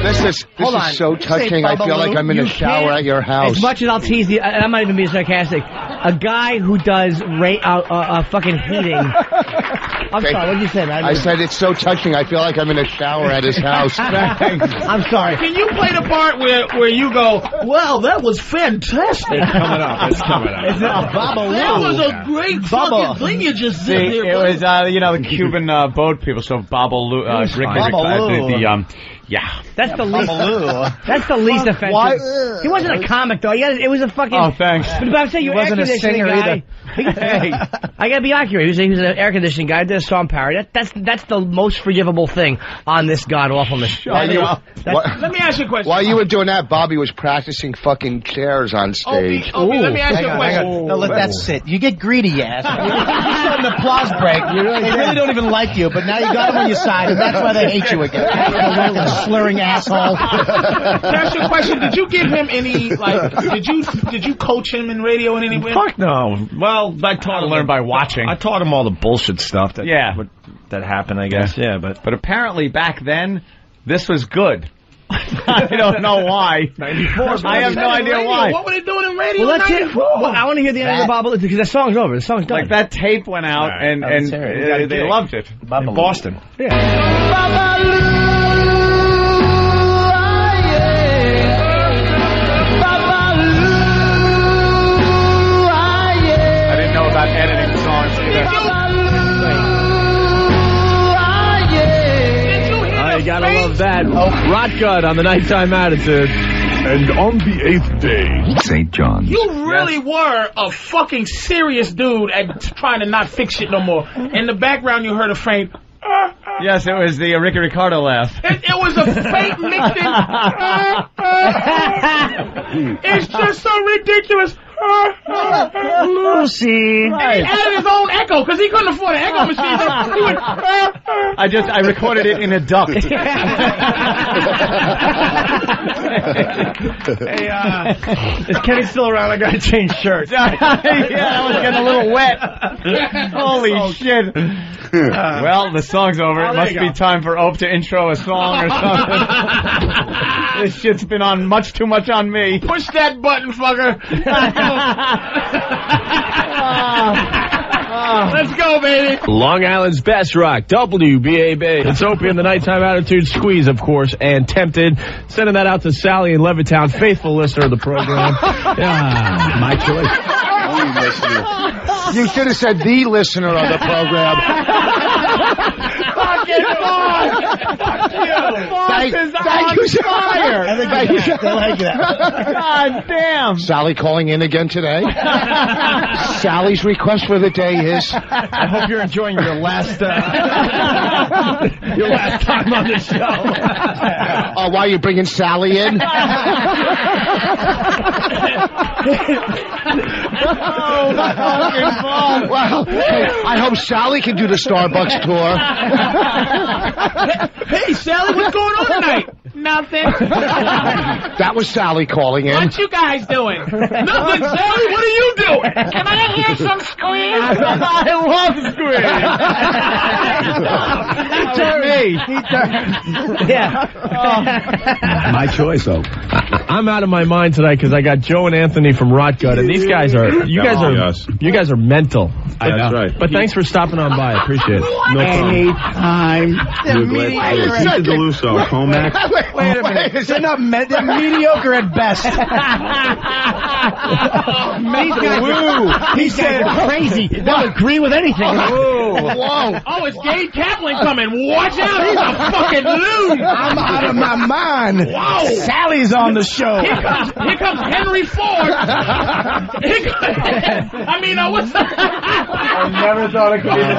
This is this
Hold on.
is so
Say
touching. I feel like I'm in
Babalu.
a
You
shower
can't-
at your house.
As much as I'll tease you, and I'm not even being sarcastic, a guy who does ra- uh, uh, uh, fucking heating. I'm
Okay.
sorry, what did you say, man?
I said it's so touching. I feel like I'm in a shower at his house.
I'm sorry.
Can you play the part where, where you go, wow, that was fantastic?
coming up. It's coming up.
It's not
Baba
That
Lou.
was a great
Baba.
fucking thing you just
See,
did there.
it
buddy.
was uh, you know the Cuban uh, boat people. So Babalu, uh,
It's
Ricky,
fine.
Ricardo,
Babalu.
the um, yeah.
That's the least.
Babalu.
That's the least offensive.
why-
He wasn't a comic though. He had, it was a fucking.
Oh, thanks.
But, but I'm saying you
He
were
wasn't a
air conditioning
singer
guy. Hey, I gotta be accurate. He was, he was an air conditioning guy. Did a song parody. That, that's that's the most forgivable thing on this god awfulness.
While you, wh-
Let me ask you a question.
while you were doing that, Bobby was practicing fucking chairs on
Oh,
stage.
Opie, let me ask you a question.
Now let that sit. You get greedy, you asshole. You just got an applause break. they really don't even like you, but now you got them on your side, and that's why they hate you again. You little slurring asshole.
Can I ask you a question? Did you give him any like? Did you did you coach him in radio in any way?
Fuck no. Well, I taught him
learn by watching.
I taught him all the bullshit stuff that
Yeah.
what, that happened. I guess. Yeah, but
But apparently back then, this was good. I don't know why. I have no idea
Radio.
why.
What were they doing in radio?
Well,
in
let's hear.
94?
Well, I want to hear the end of the Bible because the song's over. The song's done.
Like that tape went out, and
That
and
was serious. We got a
uh, they
gig.
loved it.
in Boston.
I didn't know about editing songs either.
I gotta love that. Oh, Rotgut on the nighttime attitude. And
oh.
on the eighth day, St. John's.
You really were a fucking serious dude at trying to not fix shit no more. In the background, you heard a faint.
Yes, it was the uh, Ricky Ricardo laugh.
It, it was a faint mixing. it's just so ridiculous. Uh,
Lucy.
And he added his own echo because he couldn't afford an echo machine. He went, uh,
I just I recorded it in a duct.
hey, uh,
Is Kenny still around? I gotta change shirts.
yeah, I was getting a little wet. Holy shit. well, the song's over.
Oh,
it
there
must
you
be
go.
time for Ope to intro a song or something. this shit's been on much too much on me.
push that button, fucker. Let's go, baby.
Long Island's best rock, WBA Bay. It's Opie and the Nighttime Attitude Squeeze, of course, and Tempted. Sending that out to Sally in Levittown, faithful listener of the program. Ah, my choice.
You should have said the listener of the program.
Fucking on. Fuck you.
Thank, thank you, Spire.
I think
Thank
you should- I like that.
God damn. Sally calling in again today. Sally's request for the day is. I hope you're enjoying your last. Uh, your last time on the show. Oh, why are you bringing Sally in?
Oh,
Well, hey, I hope Sally can do the Starbucks tour.
hey, Sally, what's going on tonight? Nothing.
That was Sally calling in.
what you guys doing? Nothing, Sally. What are you doing? Can I hear some squeal?
I
love squeal.
Yeah.
My choice, though. I- I'm out of my mind tonight because I got Joe and Anthony from Rotgut, and these guys are you guys are
Yes.
you guys are mental.
I know.
right. But thanks for stopping on by. I appreciate it. No
Anytime.
You're glad- Wait a second.
Deluso, Comac.
Wait, wait a minute. They're not me- they're mediocre at best.
Woo.
He said crazy. They'll agree with anything.
Whoa. Oh, it's Dave Kaplan coming. Watch out. He's a fucking loon.
I'm out of my mind.
Wow.
Sally's on the show.
Here comes, here comes Henry Ford. Here comes, I mean, uh, what's I
never thought it could be this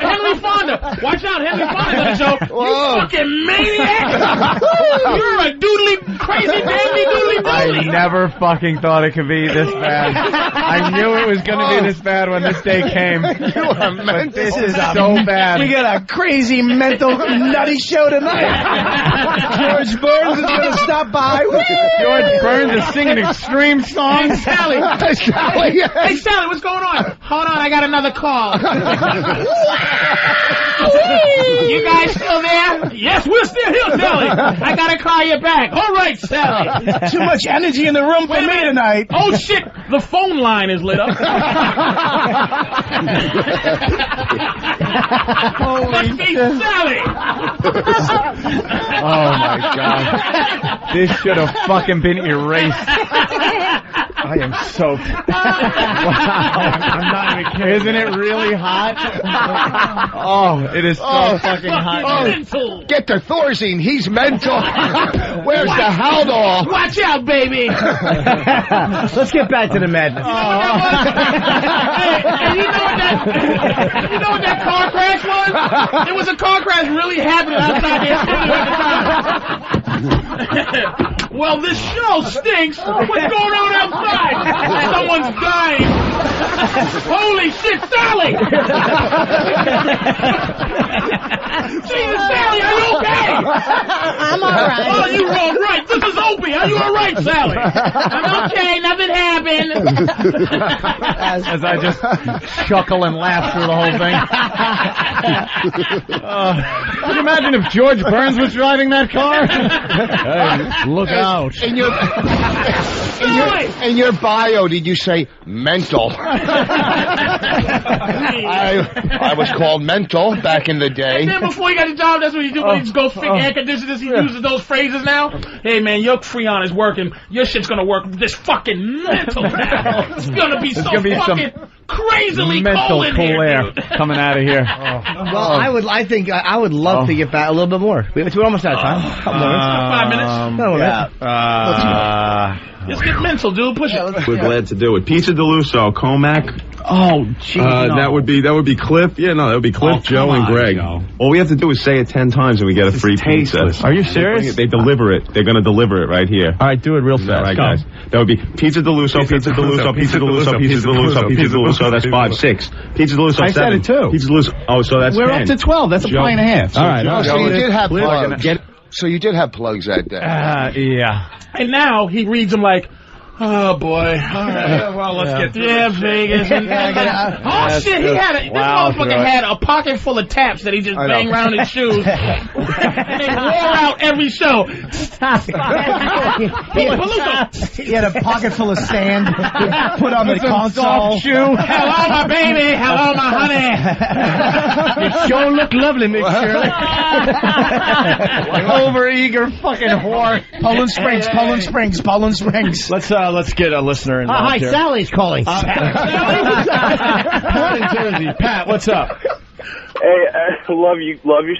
Henry Fonda. Watch out, Henry Fonda on the show.
Whoa.
You fucking maniac. You're a doodly, crazy, dandy, doodly,
I
doodly.
never fucking thought it could be this bad. I knew it was going to be this bad when this day came. But this is so bad.
We got a crazy mental nutty show tonight. George Burns is going to stop by.
George Burns is singing extreme
Hey,
songs.
Sally.
Sally, yes.
Hey, Sally, what's going on? Hold on, I got another call. you guys still there? Yes, we're still here, Sally. I gotta call you back. All right, Sally.
Too much energy in the room for
Wait
me
a minute.
tonight.
Oh shit, the phone line is lit up. Must be Sally.
Oh my god. This should have fucking been erased. I am soaked. I'm not even kidding. Isn't it really hot? Oh, it is so fucking hot. in here.
mental.
Get the Thorazine. He's mental. Where's the Haldol?
Watch out, baby.
Let's get back to the madness.
Oh.
hey, hey, you know what that? You know what that car crash was? It was a car crash really happening outside the studio at the time. well, this show stinks. What's going on outside? Someone's dying. Holy shit, Sally! Jesus, Sally, are you okay?
I'm all right.
Oh, you all right? This is Opie. Are you all right, Sally? I'm okay. Nothing happened.
As I just chuckle and laugh through the whole thing. Uh, can you imagine if George Burns was driving that car?
look out.
In your, in your, in your bio, did you say mental? I, I was called mental back in the day.
And then before you got the job, that's what you do. When you just go fix
Uh,
air conditioners, he uses those phrases now. Hey man, your Freon is working. Your shit's gonna work this fucking mental now. It's gonna be
There's
so
gonna be some
fucking crazily
Mental
cold in
cool
here.
air coming out of here.
Well, I would. I think I, I would love
Oh.
to get back a little bit more. We, we're almost out of time.
Uh,
A couple more minutes.
Five
Um,
minutes.
No, we're not.
Uh,
Just get mental, dude. Push it.
We're glad to do it. Pizza Deluso, Comac.
Oh, jeez.
Uh, That would be that would be Cliff. Yeah, no, that would be Cliff,
Oh,
Joe,
come
and
on,
Greg.
Joe.
All we have to do is say it ten times, and we get a free
tasteless.
pizza.
Are you
They bring
serious?
it- They deliver it. They're going to deliver it right here.
All right, do it real
Is
fast.
that right,
Go.
guys? That would be Pizza Deluso, Pizza Deluso, Pizza Deluso, Pizza Deluso, Pizza Deluso. That's five, six. Pizza Deluso,
I
seven.
said it too.
Pizza Deluso. Oh, so that's
We're up
10.
to 12. That's a
Joe-
point and a half.
All right.
Oh, so
Joe
you
is
did have
Cliff.
plugs. so you did have plugs that day.
Uh, yeah.
And now he reads them like. Oh boy! All right. Well, let's get through. Yeah, Vegas. And, oh
Yes,
shit! He had a, this
wow,
motherfucker
good.
had a pocket full of taps that he just
I know.
banged around his shoes. and wore out every show. Stop
he, had, he had a pocket full of sand put on the
Some
console.
soft shoe. Hello, my baby. Hello, my honey.
It sure
look lovely, Miss Shirley.
Over eager fucking whore.
Poland Springs, Poland Springs, Poland Springs.
Let's uh, let's get a listener involved
hi,
here.
Sally's calling.
Pat in Jersey. Pat, what's up?
Hey, I love you, love you,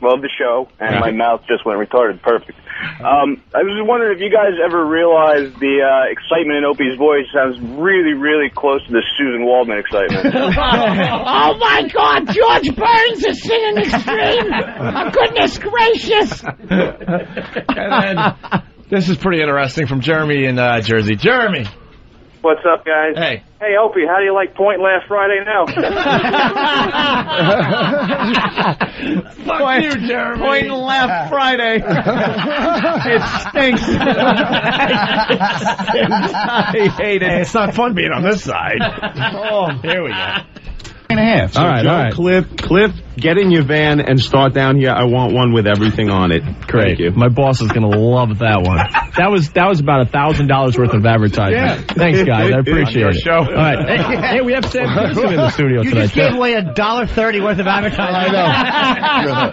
Love the show, and my mouth just went retarded. Perfect. Um, I was just wondering if you guys ever realized the uh, excitement in Opie's voice sounds really, really close to the Susan Waldman excitement.
oh my God, George Burns is singing extreme. Oh, goodness gracious.
And then, this is pretty interesting from Jeremy in uh, Jersey. Jeremy.
What's up, guys?
Hey.
Hey, Opie, how do you like Point Last Friday now?
Fuck point, you, Jeremy. Point
Ah.
left Friday. it
stinks. I hate it. it's not fun being on this side. oh, here we go.
and a half.
all right, all right. Cliff, Cliff, get in your van and start down here. I want one with everything on it. Great. Thank you.
My boss is gonna love that one. That was that was about a thousand dollars worth of advertisement.
Yeah.
Thanks, guys. I
On your
appreciate it.
show.
All right. Hey, hey, we have Sam Peterson in the studio
You
tonight.
just gave away a dollar thirty worth of advertising.
Those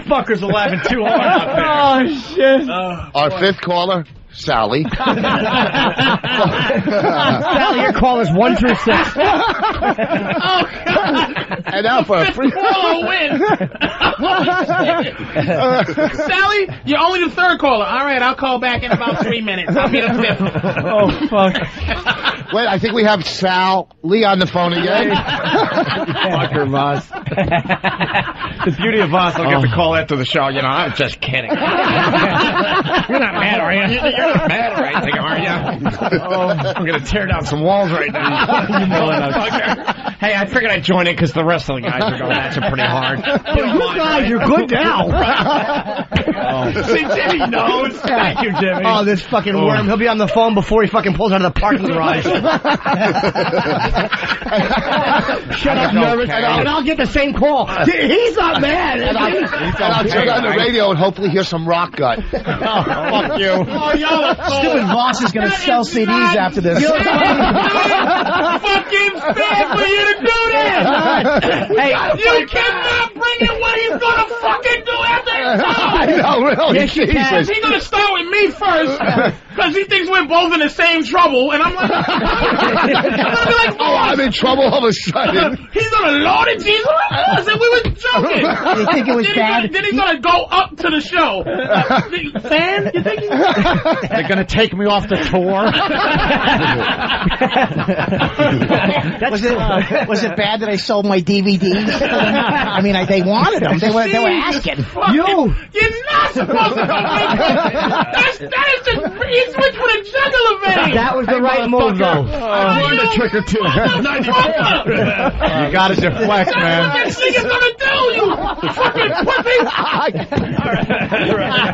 fuckers are laughing too hard out there. Oh, shit.
Our fifth caller, Sally.
Oh,
Sally,
your call is one through six.
and now for a free.
Oh, win. Sally, you're only the third caller. All right, I'll call back in about three minutes. I'll be the fifth.
Oh fuck! Wait, I think we have Sal Lee on the phone again.
Fucker, Voss. the beauty of Voss, I'll get the call after the show. You know, I'm just kidding. You're not mad, are you? You're not mad or anything, are you? Oh, I'm going to tear down some walls right now. you motherfucker. Hey, I figured I'd join it because the wrestling guys are going at you pretty hard.
you guys, you're good now.
See, Jimmy knows. Thank you, Jimmy.
Oh, this fucking worm. He'll be on the phone before he fucking pulls out of the parking garage.
Shut up, nervous.
And I'll, and I'll get the same call.
He's not mad.
And I'll, and I'll turn on the radio and hopefully hear some rock gut.
fuck
you.
Oh, y'all are full.
Stupid Voss is going to sell CDs after this.
You're fucking bad for you to do that.
Hey.
you cannot bring in what he's gonna fucking do after the show.
I know, really,
Yes, you can.
Jesus.
He's gonna start with me first because he thinks we're both in the same trouble, and I'm like, I'm gonna be like,
Oh, I'm in trouble all of a sudden.
He's gonna Lord it, Jesus. I said we was joking.
You think it was
then
bad?
He gonna, then he's gonna go up to the show. Uh, Fan, you think? He's...
They're going to take me off the tour.
was, it, uh, was it bad that I sold my DVDs? I mean, I, they wanted them. They were, they were
Jesus
asking.
fucking- You're not supposed to go That's, that is just, he's rich with a juggler vein.
That was the right move, though.
I learned a
trick or two.
you
got to deflect, man.
That's what that nigga's gonna do, you fucking puppy.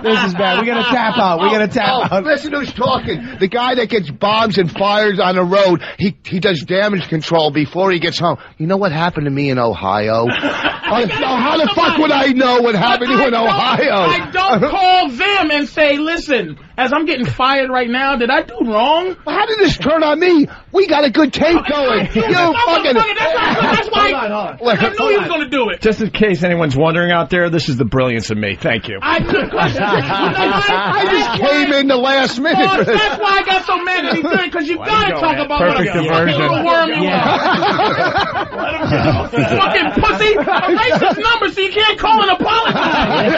This is bad. We gotta tap out. We gotta tap
Oh,
out.
Listen who's talking. The guy that gets bombs and fires on the road, he, he does damage control before he gets home. You know what happened to me in Ohio? I- now, how the fuck would I know what happened to you in
I
Ohio?
don't call them and say, listen, as I'm getting fired right now, did I do wrong?
How did this turn on me? We got a good tape going. You fucking.
That's why I knew he was gonna do it.
Just in case anyone's wondering out there, this is the brilliance of me. Thank you.
I took questions.
I just came in the last minute.
Boss, that's why I got so mad at these things, because you gotta
go,
talk
man?
about
Perfect
what a fucking
diversion.
little worm you
Yeah.
are. fucking pussy. Erase his number so you can't call and apologize.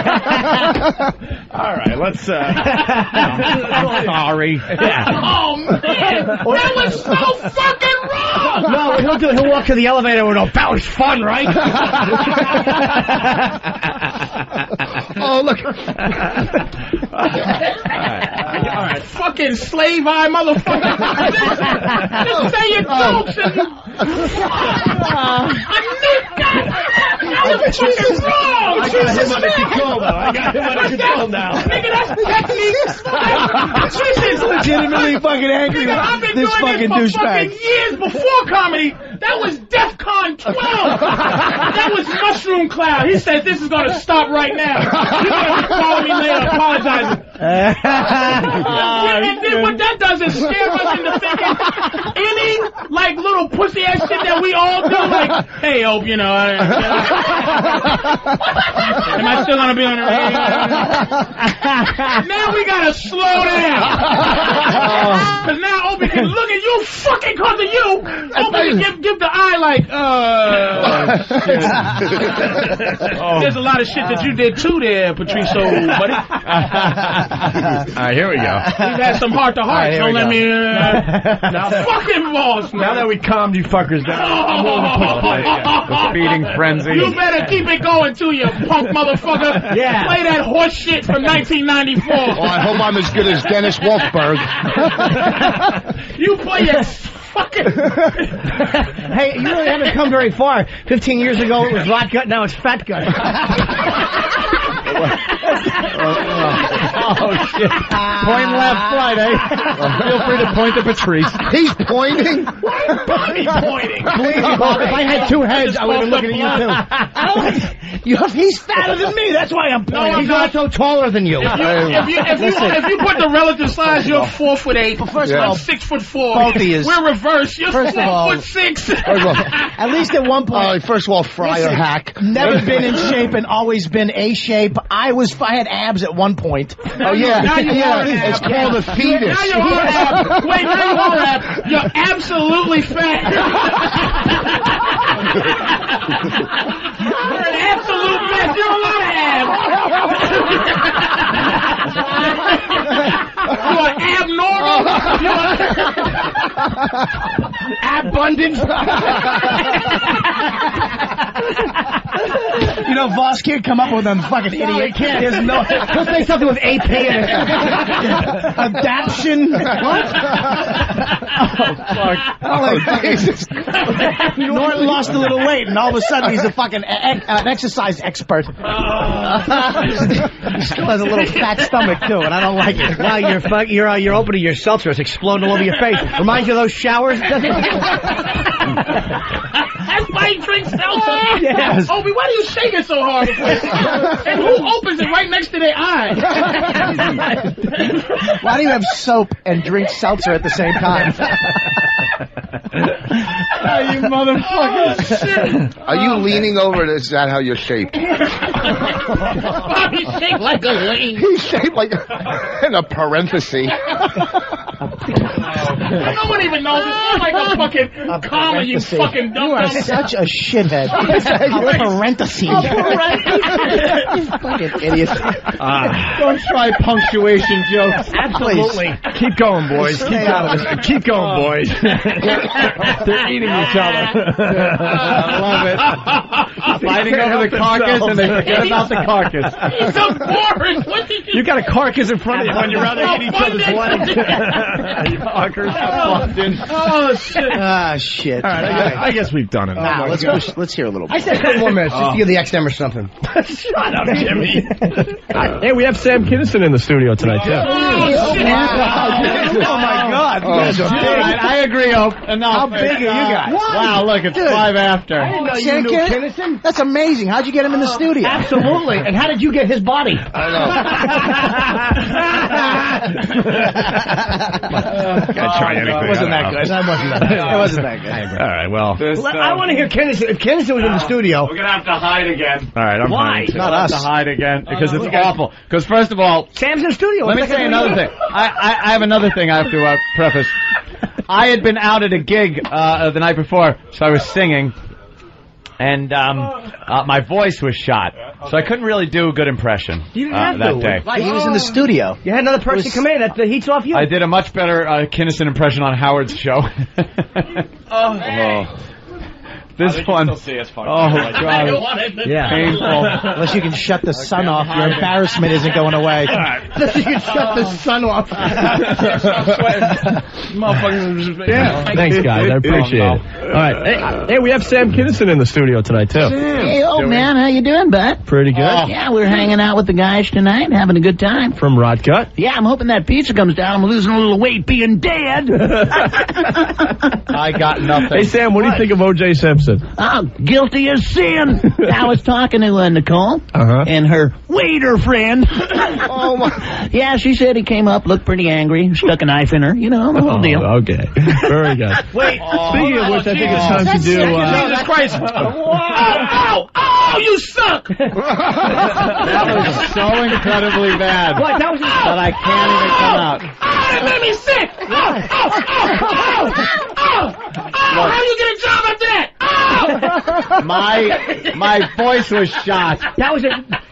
All right, let's. Uh, I'm sorry.
oh, man. That was so fucking wrong.
No, what he'll do, he'll walk to the elevator and go, that was fun, right?
oh, look.
Fucking slave eye motherfucker. Just say your jokes and you. I knew that. That was fucking wrong.
I got him under
Jesus
control, though. I got him under control now.
Nigga, that's technique. This is
legitimately fucking angry
Nigga, I've
with
been
this
doing
fucking
this for fucking
douchebag.
years before comedy. That was DEFCON 12. that was Mushroom Cloud. He said, this is going to stop right now. You're going to call me later apologizing. Uh, and then what that does is scare us into thinking any, like, little pussy ass shit that we all do, like, hey, Ope, you know, I, Am I still gonna be on the radio? now we gotta slow
Oh.
down. Cause now Opie can look at you fucking cause of you. Opie can give, give the eye like, uh.
Oh.
There's a lot of shit that you did too there, Patrice, buddy.
All right, here we go.
We've had some heart to
All right, here
heart. Don't
we
let
go.
me. Uh, now fucking boss.
Now that we calmed you fuckers down, I'm willing to push play.
The
feeding frenzy.
You better keep it going too, you punk motherfucker.
Yeah.
Play that horse shit from 1994.
Well, I hope I'm as good as Dennis Wolfberg.
You play your fucking.
hey, you really haven't come very far. Fifteen years ago, it was rot gut. Now it's fat gut.
Oh, shit.
Point left Friday.
eh?
Feel free to point to Patrice.
He's pointing.
Why is Bobby pointing?
Believe me, Bob, if I had two heads, I would have been looking at you too. I don't, you, he's fatter than me. That's why I'm
No,
pointing.
I'm
he's
not.
also taller than you.
If you,
Oh.
if you, if you, if you put the relative size, you're four foot eight. First
of all,
I'm six foot four.
Faulty is-
We're reverse. You're
First of
four
all-
foot six.
First of all, at least at one point.
Oh, first of all, Fryer
Listen,
hack. Oh,
Never been in shape and always been a shape. I was. I had abs at one point.
Oh, yeah. Now you Yeah, are an it's ab. called a
Yeah.
fetus.
Now you're all ab. Wait, now you're all ab. You're absolutely fat. you're an absolute mess. You're a lot of abs. you are abnormal. You are
You know, Voss can't come up with them fucking
No, he
idiot
can't.
There's no. He'll say something with AP in it. Adaption. What? Oh, fuck. Norton lost a little weight, and all of a sudden he's a fucking e- e- an exercise expert.
Oh.
he still has a little fat stomach too, and I don't like it.
Wow, your fu- your uh, your opening your seltzer is exploding all over your face. Reminds you of those showers. doesn't it?
That's why he drinks seltzer.
Yes.
Obi, why do you shake it so hard? and who opens it right next to their eye?
Why do you have soap and drink seltzer at the same time?
you
Oh,
motherfucker. Are you leaning over? and Is that how you're shaped?
Bobby shakes like a lane.
He's shaped like in a parenthesis.
No one even knows. It's like a fucking comma, you
parenthesis.
fucking dumb
You are
dumb.
such a shithead.
Christ.
parentheses. Fucking idiot.
Ah. Don't try punctuation jokes.
Absolutely.
Keep going, boys. Keep, out of this. Keep going, boys. They're eating each other. I love it. Fighting over the carcass and they forget about the carcass.
He's so boring. What did you?
You got a carcass in front of you when you're out there eating each other's legs. you fuckers.
Oh shit.
Ah, shit.
All right, I guess, I guess we've done it. Oh
Nah, let's push-
let's hear a little.
I said a Oh. couple more minutes just to give the X number something.
Shut up, Jimmy. hey, we have Sam Kinison in the studio tonight too.
Oh, shit.
Oh, my God.
Oh,
That's
shit.
big. I agree. Hope.
How big are you guys?
Wow, look, it's
Dude.
five after.
I didn't know you knew Kinnison. That's amazing. How'd you get him
Uh,
in the studio?
Absolutely. And how did you get his body?
Oh,
wasn't that good.
That Oh, wasn't that good. It wasn't that good.
All right, well.
Well, I want to hear Kennison. If Kennison was in
Ah.
the studio,
We're gonna have to hide again.
All right, I'm
Why?
hiding too.
Not
I'll have
us.
To hide again because
no,
it's
we gotta-
awful. Because first of all,
Sam's in the studio.
let me
What the
say
heck are
another
we
thing. I, I, I have another thing I have to uh, preface. I had been out at a gig uh, the night before, so I was singing, and um, uh, my voice was shot, so I couldn't really do a good impression
You didn't
uh,
have
that
to.
day.
Why,
He was in the studio.
You had another person come in. That the heat's off you.
I did a much better uh, Kinnison impression on Howard's show.
Oh,
this one. Oh my god!
Yeah.
Painful.
Unless you can shut the sun off, your embarrassment isn't going away. Unless you can shut the sun off.
Yeah.
Thanks, guys. I appreciate it. All right. Hey, uh, Hey, we have Sam Kinison in the studio tonight, too.
Hey, old
Doing-
man, how you doing, bud? Oh,
Pretty good.
Yeah, we're hanging out with the guys tonight, having a good time.
From Rotgut.
Yeah, I'm hoping that pizza comes down. I'm losing a little weight being dead.
I got nothing. Hey, Sam, what, do you think of O.J. Simpson?
oh, guilty as sin. I was talking to uh, Nicole
Uh-huh.
and her waiter friend. oh my! Yeah, she said he came up, looked pretty angry, stuck a knife in her. You know the whole
Oh,
deal.
Oh, Okay. Very good.
Wait.
Speaking of which, I think it's time to do. Uh,
Jesus Christ! Ow! Ow! Ow! You
that
was so incredibly bad.
What? That was just-
that I can't even come out.
it made me sick! Oh, oh, oh, oh, oh, oh, how you get a job at that? Oh!
My my voice was shot.
Uh, That was a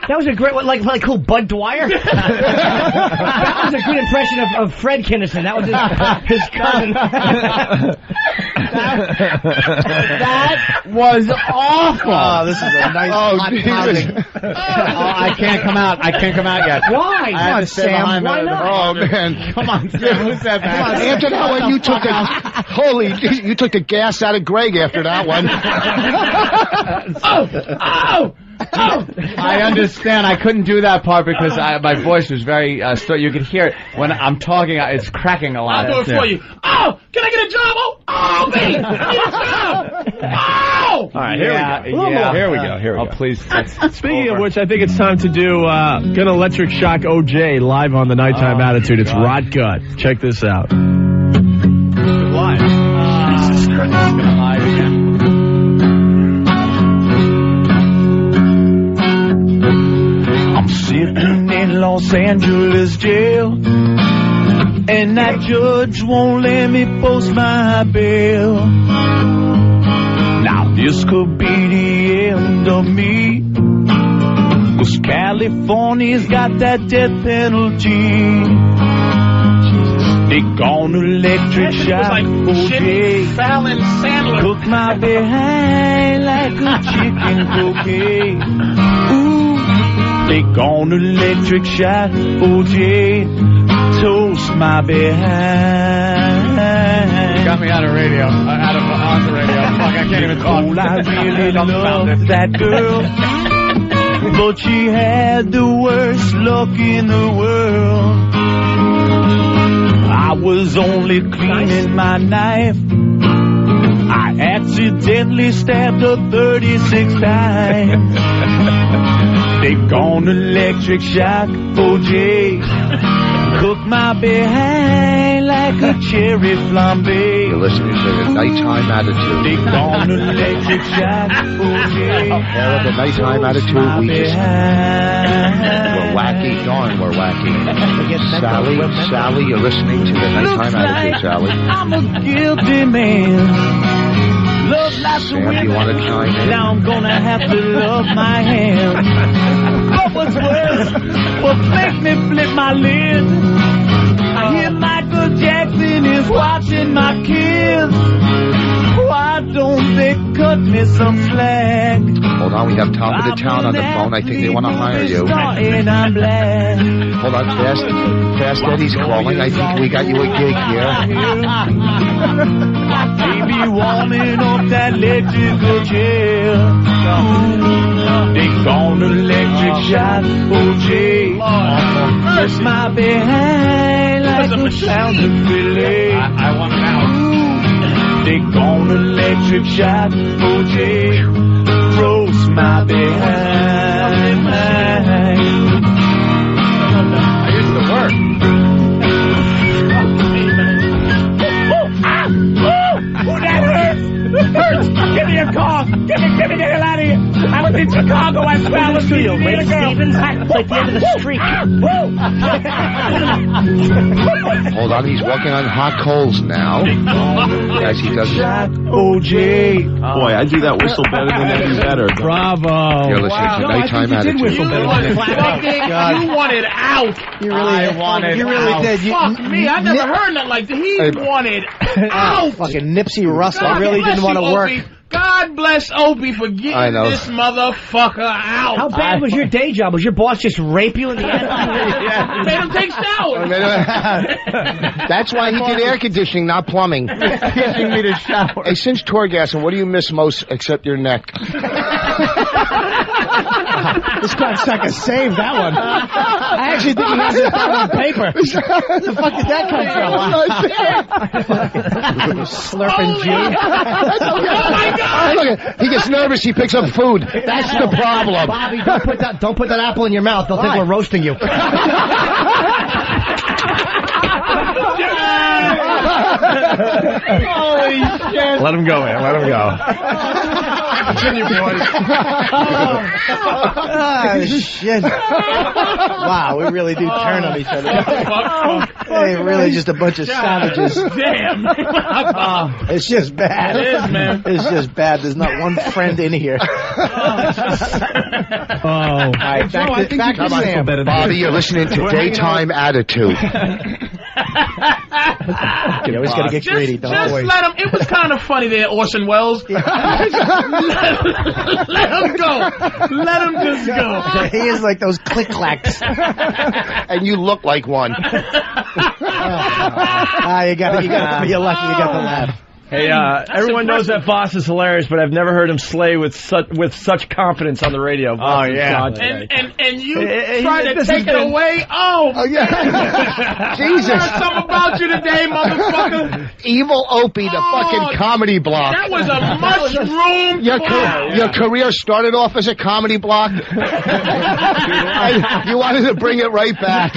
that was a great like like who Bud Dwyer. that was a good impression of, of Fred Kinnison. That was his, his cousin.
That was awful.
Oh, this is a nice
oh,
hot
Jesus.
topic.
oh, I can't come out. I can't come out yet.
Why?
I
Come
have
on,
to stay
Sam,
behind
why
that-
not?
Oh man, come on, Sam. Who's that
Come on,
back?
after that one, you took the holy, you took the gas out of Greg after that one. Oh,
I understand. I couldn't do that part because I, my voice was very uh, still. You could hear it when I'm talking. I- It's cracking a lot.
I'll do it for you. Oh, can I get a job? Oh, oh, me! I need a job! Oh!
All right,
here we go. A little more. Here we
go. Here we go. Oh, please.
Speaking of which, I think it's time to do uh, "Gonna Electric Shock OJ" live on the Nighttime Attitude. It's Rod Gut. Check this out.
I'm sitting in Los Angeles jail, and that judge won't let me post my bail. Now, this could be the end of me, cause California's got that death penalty. They gonna electric shock OJ. Fallon Sandler. Cook my behind like a chicken croquet. Ooh, they gonna electric shock OJ. Toast my behind. Got me out of radio. Uh, Out of on the radio. Fuck, I can't even talk. I really love that girl. But she had the worst luck in the world. I was only cleaning my knife. I accidentally stabbed her 36 times. they gone electric shock, OJ. Cook my behind like a cherry flambe. You're listening to the nighttime attitude. They gone electric shock, OJ.
Well, the nighttime attitude, we just. We're wacky. Darn, we're wacky. Sally, Sally, you're listening to the nighttime attitude, Sally.
I'm a guilty man. Love lots of
Sam, do you
women.
want to chime in?
Now I'm gonna have to love my hand. But what's worse, what makes me flip my lid? I hear Michael Jackson is watching my kids. Why don't they cut me some slack?
Hold on, we have top of the town on the phone. I think they want to hire you.
Starting I'm black.
Hold on, fast, fast Eddie's calling. I think we got you a gig here.
Baby warming up that electrical chair. They gone electric shot, OJ. Press my behind like a sound of fillet. I, want it out. They gone electric shot, OJ. Roast my behind. I used to work.
Oh, that hurts! Hurts! Give me a call! Give me, give me the hell out of here! I was in Chicago, I swear I was
Feel
feeling
Ray Stevens? It's like the end of the streak.
Hold on, he's walking on hot coals now. As he does.
OJ.
Boy, I do that whistle better than Eddie Vedder.
Bravo.
You're listening to Nighttime Attitude.
You wanted out. You
really I did. wanted
You really
out.
did. You, Fuck me. I never heard nothing like that. He
Hey, bro.
wanted out.
Fucking Nipsey
God bless you, Opie. God bless Opie for getting this motherfucker out.
How bad was your day job? Was your boss just rape you in the attitude?
Made him take showers.
That's why he did air conditioning, not plumbing.
Teaching me to shower.
Hey, since Torgasson, what do you miss most except your neck?
This guy's not gonna save that one. I actually think he has it down on paper. Where the fuck did that come
Oh,
from? Slurping G.
Look at- Oh he gets nervous. He picks up food. That's the problem.
Bobby, don't put that don't put that apple in your mouth. They'll think we're roasting you.
Holy shit.
Let him go, man. Let him go.
Continue,
oh, shit. Wow, we really do turn on each other.
Oh.
Hey, really just a bunch of savages.
Damn.
It's just bad.
It is, man.
It's just bad. There's not one friend in here.
Oh, all right,
Joe, I think
back
you
to
can-
Sam.
Bobby, you're listening to
We're hanging
Daytime Attitude.
You're always gonna get
Just-
greedy, don't
just
worry.
Let him. It was kind of funny there, Orson Welles. let, let him go. Let him just go.
he is like those click clacks.
Ah,
and you look like one.
Oh,
ah, you got you got to be lucky you got the laugh.
Hey, uh, everyone knows that Boss is hilarious, but I've never heard him slay with such with such confidence on the radio. oh
yeah. And and and you
Eh, eh,
try
eh,
to
this
take it
has been-
away. Oh, I
yeah. Jesus.
learned something about you today, motherfucker. Oh,
Evil Opie, the fucking comedy block.
That was a mushroom.
Your,
fuck.
ca- your career started off as a comedy block. And you wanted to bring it right back.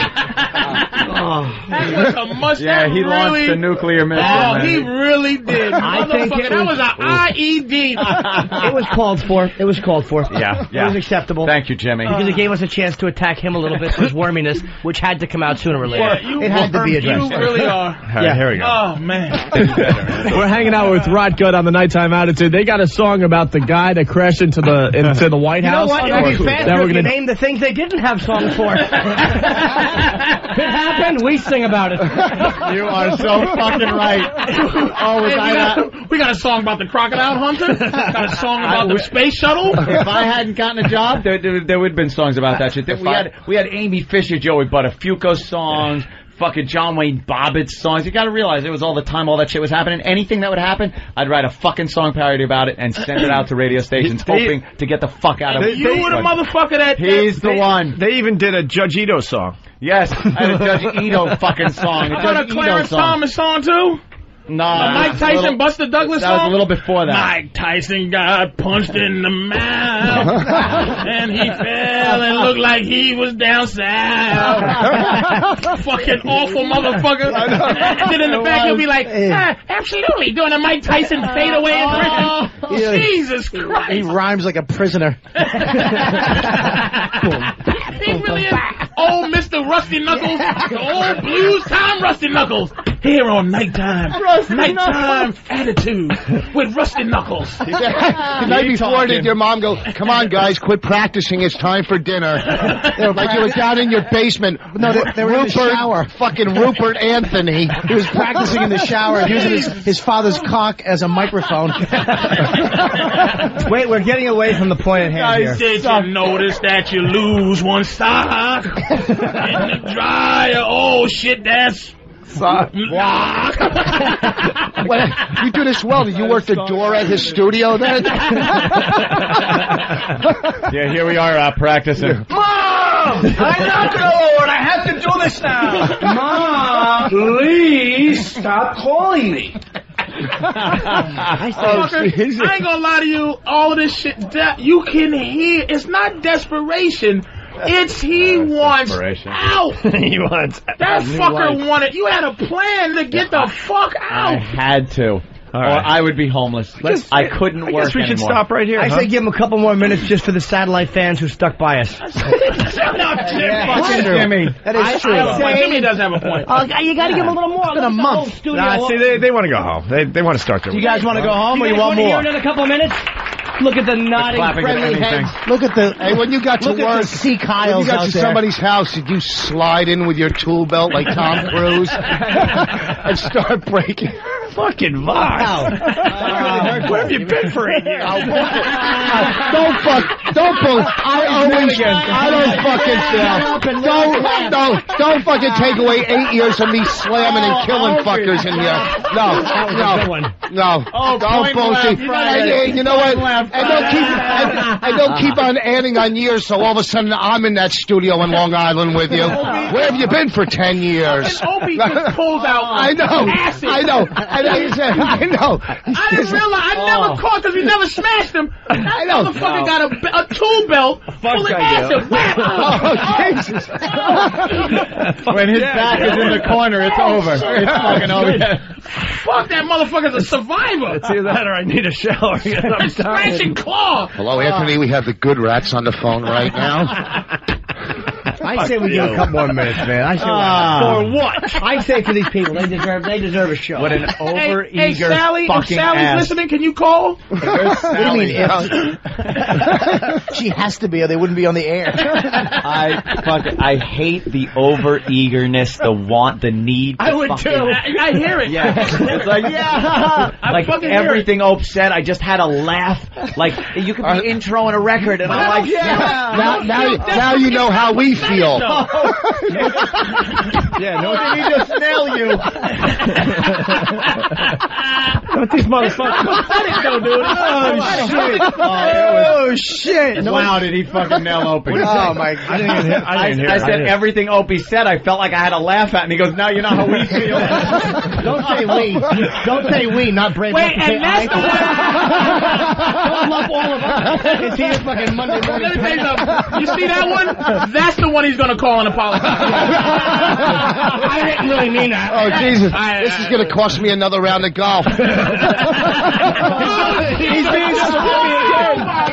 That was a mushroom.
Yeah, he launched
really,
a nuclear missile.
Oh,
man.
he really did.
I think
Motherfucker,
it
that
was-
was E an IED.
It was called for. It was called for.
Yeah,
It
yeah.
was acceptable.
Thank you, Jimmy.
Because it gave us a chance to attack him a little bit for his worminess, which had to come out sooner or later.
Yeah, you
it had to be
were-
addressed.
You really are.
right, Yeah.
here we
Oh man.
We're hanging out with Rotgut on the Nighttime Attitude. They got a song about the guy that crashed into the into the White
You know
House.
what? It'd be
That
faster
we're
if you
gonna-
named the things they didn't have songs for. it happened. We sing about it.
You are so fucking right. Oh,
was I
we got a song about the crocodile hunter. Got a song
I
about the
would-
space shuttle.
if I hadn't gotten a job, there, there, there would have been songs about that shit.
If
We
I-
had we had Amy Fisher, Joey Buttafuoco songs, fucking John Wayne Bobbitt songs. You got to realize it was all the time all that shit was happening. Anything that would happen, I'd write a fucking song parody about it and send it out to radio stations,
They-
hoping to get the fuck out of
They-
it.
you were the motherfucker that.
He's the
that-
one. They even did a Judge Ito song.
Yes, I had a Judge Ito fucking song.
I got a
Judge
Clarence
Ito song.
Thomas song too.
No,
A Mike
that's a little-
Tyson, Buster Douglas
That was a
song?
little before that.
Mike Tyson got punched in the mouth, and he fell and looked like he was down south. Fucking awful motherfucker. And then in the back, he'll be like, ah, absolutely, doing a Mike Tyson fadeaway in
Oh.
prison.
Yeah.
Jesus
He
Christ.
rhymes like a prisoner.
He really is. Old Mr. Rusty Knuckles. The old blues time Rusty Knuckles. Here on Nighttime. nighttime Attitude with Rusty Knuckles.
the night before, did your mom go, come on, guys, quit practicing. It's time for dinner. like you were down in your basement.
No, they, they were in the
Rupert,
shower.
fucking Rupert Anthony.
He was practicing in the shower using his, his father's cock as a microphone.
Wait, we're getting away from the point at hand
Guys,
here.
did you notice that you lose one sock in the dryer? Oh shit, that's sock.
What- you do this well. Did you work the door at his studio then?
Yeah, here we are uh, practicing.
Mom, I knocked it over. I have to do this now. Mom, please stop calling me. Oh, Fucker, I ain't gonna lie to you. All this shit, that you can hear. It's not desperation. It's he wants
desperation.
out.
he wants
That
a new
fucker
life.
wanted. You had a plan to get the fuck
I
out.
had to. Or
right.
I would be homeless.
Let's-
I couldn't
I
work
guess we should
anymore.
stop right here.
I
huh?
say give him a couple more minutes just for the satellite fans who stuck by us.
Shut up, Jim.
That's
Fucking
true.
Jimmy.
That is
I-
true.
I have a point. Jimmy does have a point.
Uh, you got to give him a little more. It's been a month. Studio.
Nah, see, they, they want to go home. They, they want to start their
You guys want to go home, or you
guys
want
wanna
more?
hear
another couple minutes. Look at the nodding,
clapping of
friendly
anything.
heads.
Look at the
Hey, when you got to
Look at
work,
the sea
when you
Kyles
got
out
to
there.
somebody's house, did you slide in with your tool belt like Tom Cruise and start breaking?
Fucking Vox. Where have you been for eight years?
Don't fuck, don't fuck. I always, I don't fucking fail. Don't, no, don't fucking take away eight years of me slamming
Oh,
and killing fuckers in here. No, no, no. Don't bullshit. And, and you know what? And don't keep, and, and don't keep on adding on years. So all of a sudden, I'm in that studio in Long Island with you. Where have you been for ten years?
Opie just pulled out.
I know,
Acid.
I know, I know. You said, I know.
Oh. I didn't realize. I never caught because we never smashed him. That
know.
motherfucker got a, a tool belt full of acid.
Oh, Jesus.
when
his back is in the corner, it's over. It's fucking over.
Fuck that motherfucker's a survivor. It's
either that or I need a shower. I'm
Scratch and claw.
Hello, Anthony. We have the good rats on the phone right now.
I say we give a couple more minutes, man. I say
Ah.
for what? Um, I say for these people, they deserve they deserve a show. What an
Hey, hey, Sally, if Sally's listening, can you call? what
What do you mean if? she has to be, or they wouldn't be on the air.
I fuck, I hate the over eagerness, the want, the need. to
I would
fucking-
too. I, I hear it.
Yeah, it's like yeah,
I
like
fucking hear it.
everything Ope said. I just had a laugh. Like you could be introing a record, and I'm like, yeah.
Now, now, now you know how we feel.
yeah, no,
Did he just nail you?
Don't these motherfuckers.
pathetic though, dude.
Oh, shit.
Oh, shit.
Wow, did he fucking nail Opie?
Oh, my
God.
I didn't even hear- I didn't hear it. I
said
didn't.
everything Opie said. I felt like I had a laugh at, and he goes, "Now you know how we feel."
Don't say we. Don't say we. Not brave
Wait,
enough to say
and that's
I. Don't lump all of us. It's here fucking Monday morning.
Let me tell you something. You see that one? That's the one he's gonna call and apologize. I didn't really mean that.
Oh, Jesus.
I-
This is going to cost me another round of golf.
He's being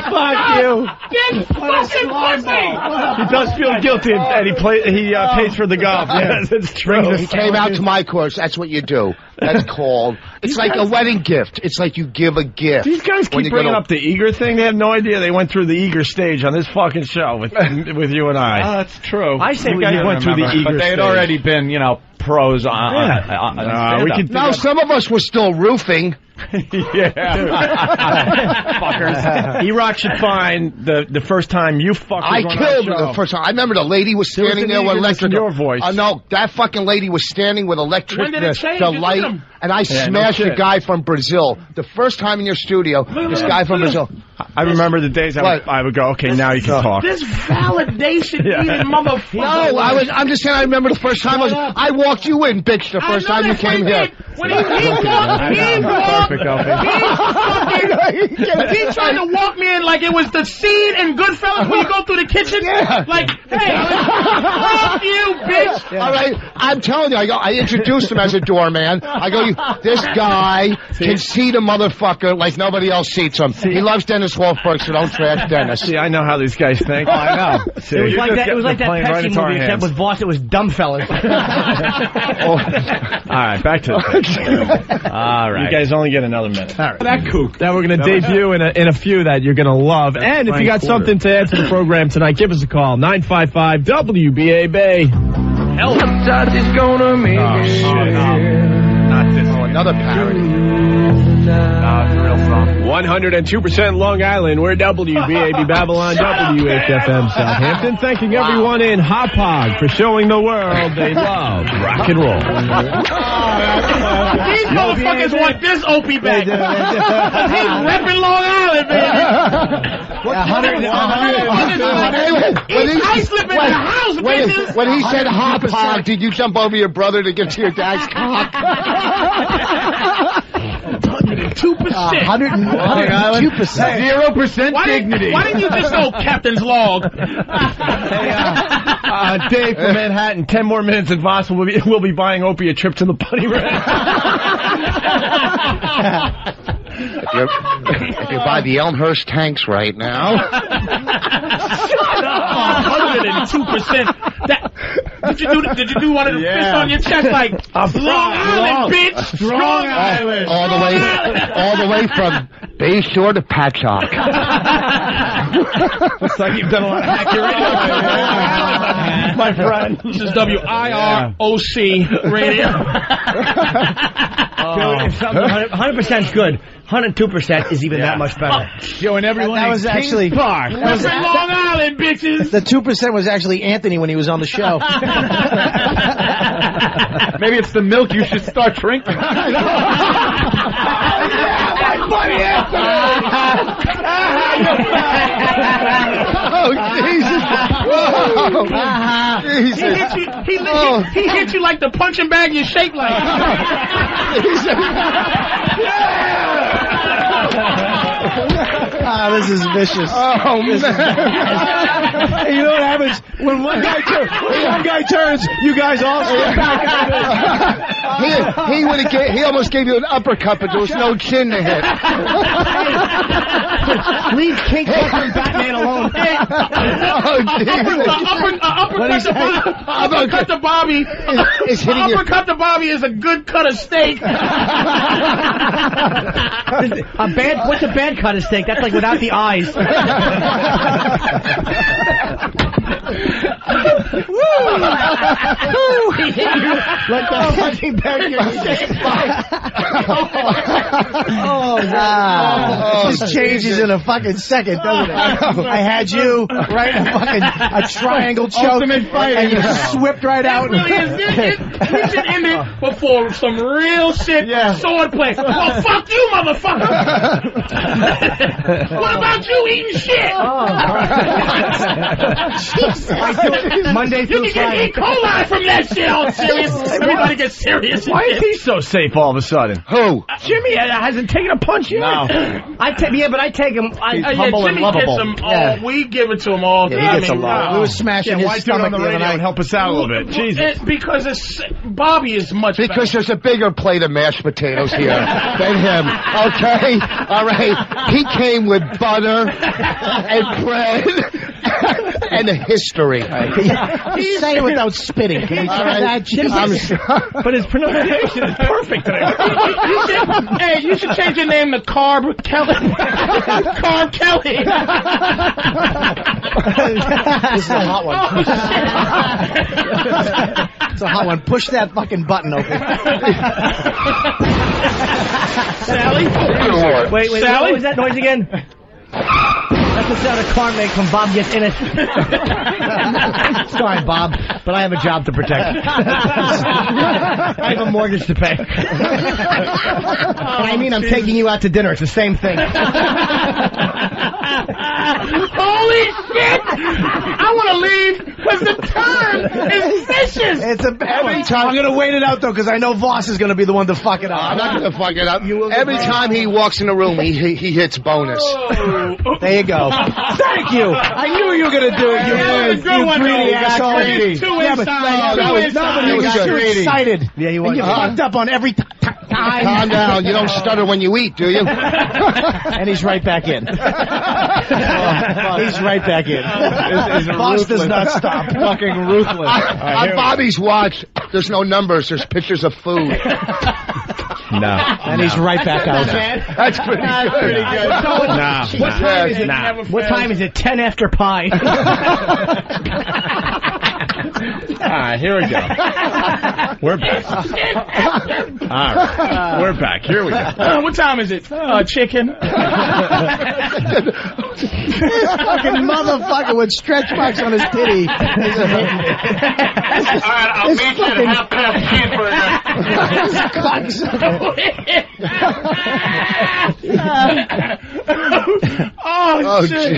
Fuck you.
This fucking pussy.
He does feel guilty, and, and he play, he uh, pays for the golf. Yes, it's true.
You came out to my course. That's what you do. That's called. It's like a wedding gift. It's like you give a gift.
These guys keep
when you
bringing
go
up the eager thing. They have no idea they went through the eager stage on this fucking show with with you and I.
Uh,
that's true.
I say
you
we
guys
didn't
went through
remember,
the eager
but they
stage.
had already
been, you know, pros on.
on- on-
Uh,
on we
to- No, some of us were still roofing.
Fuckers. E-Rock should find the, the first time you fuckers
I
were on
killed
our
her
show.
the first time. I remember the lady was
was
standing
an
there with
eagerness in
electrical.
your voice.
Uh, no, that fucking lady was standing with electric uh,
When did it change?
the
Look at
light,
him.
and I
Yeah, no
smashed a
shit.
guy from Brazil. The first time in your studio,
at
this
him.
guy from
Look at
Brazil.
I remember the days I would, I would go, okay, now you can talk.
This validation
Yeah.
eating motherfucker.
No, I was. I'm just saying. I remember the first time I was. I walked you in, bitch. The first time you came here.
When he, he walked, he walked, he fucking, he tried to walk me in like it was the scene in Goodfellas when you go through the kitchen. Like, hey, fuck you, bitch.
All right, I'm telling you, I go. I introduced him as a doorman. I go, you, this guy can seat a motherfucker like nobody else seats him. He loves Dennis Wolfberg, so don't trash Dennis.
See, I know how these guys think.
I know.
See,
it was
you
like
just
that. It
get
was like
the
that
plane right
Pepsi
into our
movie except
hands.
with Voss. It was Dumbfellas.
All right, back to the All right. You guys only get another minute. All right.
That kook.
Now we're going
to debut in a, in a few that you're going to love. and if you
Frank
got
Porter.
something to add to the program tonight, give us a call. 955 WBA Bay.
Oh,
Sometimes it's gonna make
Oh,
me
shit.
Not this. Oh,
another parody.
102% Long Island. We're WBAB Babylon, WHFM Southampton. Thanking everyone in Hop Hog for showing the world they love rock and roll.
These motherfuckers want this Opie back.
They do, they do.
Cause he's repping Long Island, baby.
When he-
East High slip in the
when-
house,
when,
bitches.
when he said hop hog, did you jump over your brother to get to your dad's cock?
Two percent.
Zero percent
Why didn't, why didn't you just go Captain's Log?
Uh, Dave from Manhattan. Ten more minutes, and Voss will be will be buying Opie a trip to the putty rack.
If, you're, if you buy the Elmhurst tanks right now,
hundred and two percent. Did you do? Did you do one of the
Yeah.
fists on your chest like
I'm
Long Island, bitch? Strong, Island.
all the way, all the way from Bayshore to Patchock.
Looks like you've done a lot of hacking my friend.
This is WIROC radio.
Dude, if something
Oh.
100 percent is good, 102 percent is even that much better.
Yo, and everyone
That was in Kings actually- Park. that was-
Repping Long Island, bitches.
The 2% was actually Anthony when he was on the show.
Maybe it's the milk you should start drinking.
My buddy
Oh Jesus! Whoa.
He hit
Jesus!
you. He, li- he, he hit you like the punching bag you shake like.
Jesus.
Ah, this is vicious.
Oh,
This is
man.
bad.
you know what happens when one guy turns? When one guy turns, you guys all
step
back.
He-
he would have. He almost gave you an uppercut, but there was no chin to hit.
Leave King Kong and Batman alone.
Oh, Jesus.
What
Uppercut
is
to
that?
Bobby. Uppercut to Bobby.
is hitting your-
Uppercut to Bobby is a good cut of steak.
A bad, what's a bad cut of steak? That's like without the eyes.
Let the fucking back your Oh, wow.
Oh,
This changes in a fucking second, doesn't it? I had you right in a fucking a triangle choke.
Ultimate fighting.
And you swept right out.
Really is, it, it, we should end it before some real shit swordplay. Well, fuck you, motherfucker. what about you eating shit?
Monday
you can get E. coli from that shit. I'm serious. Everybody gets serious. uh, and
Why
shit.
is he so safe all of a sudden?
Who?
Jimmy hasn't taken a punch yet.
No.
I ta- yeah, but I take him. I,
Uh, yeah, Jimmy gets them all.
Yeah.
We give it to him all. uh,
Yeah, he
I
gets
mean,
a lot.
wow.
We were smashing
Oh. Yeah, his why do it on stomach the the other radio night. and help us out a little bit?
Well,
Jesus.
it- uh, because it's Bobby is much
Because there's a bigger plate of mashed potatoes here than him. Okay? All right. He came with butter and bread and a history.
He's saying it without spitting. Can you
All
try
right.
that? Jesus.
I'm
But his pronunciation is perfect today.
you should, hey, you should change your name to Carb Kelly. Carb Kelly.
this is a hot one. it's a hot one. Push that fucking button open.
Sally?
Wait, wait, what-
Sally?
what was that noise again? That's the sound a car makes when Bob gets in it.
Sorry, Bob, but I have a job to protect. I have a mortgage to pay. I mean, I'm taking you out to dinner. It's the same thing.
Holy shit! I want to leave because the term is vicious.
It's a bad one. I'm gonna wait it out though, because I know Voss is gonna be the one to fuck it up.
I'm not going to fuck it up. Every time he walks in the room, he, he, he hits bonus.
Oh.
There you go. Thank you. I knew you were gonna do it. You
Yeah,
were.
good
you
one,
greedy
though.
asshole.
Greedy. Two
Yeah, but no,
inside, two
no, no, but
inside.
you
He was
got too
greedy.
excited. Yeah, you
was.
And you
Uh-huh.
fucked up on every t- t- time.
Calm down. You don't stutter when you eat, do you?
and he's right back in. he's right back in. Boss does not stop.
Fucking ruthless.
here
On
we-
Bobby's watch, there's no numbers. There's pictures of food.
No.
And he's right back out.
That's pretty
That's
good.
pretty good.
No.
What time is it?
Nah.
What time is it? Ten after pie.
All right, here we go. We're back. All right, we're back. Here we go.
Uh, what time is it? Uh, chicken.
This fucking motherfucker with stretch marks on his titty. Is
All right, I'll
It's
meet you at
fucking-
half past cheeseburger.
oh,
Oh,
shit.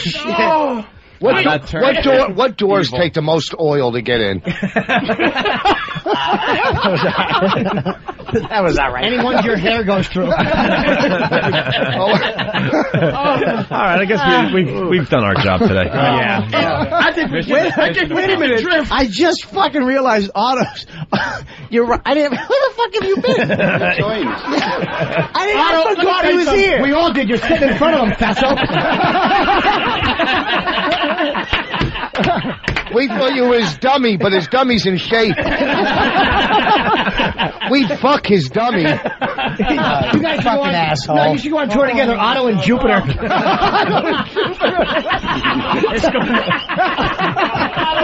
Jesus.
Oh.
What,
Wait.
do-
That turn-
what, door, what doors
Evil.
take the most oil to get in?
That was all right. Any ones your hair goes through.
Oh.
All right, I guess we, we've, we've done our job today.
Oh,
yeah.
I think we
Wait,
should. I think we
wait a
should
minute.
drift.
I just fucking realized autos. You're right. I didn't. Where the fuck have you been? I didn't
Otto-
I
let
forgot
me
he was
tell you
here. We all did. You're sitting in front of him,
We thought you were his dummy, but his dummy's in shape. we fuck his dummy.
you guys should go on,
asshole.
No, you should go on tour together, Otto and Jupiter.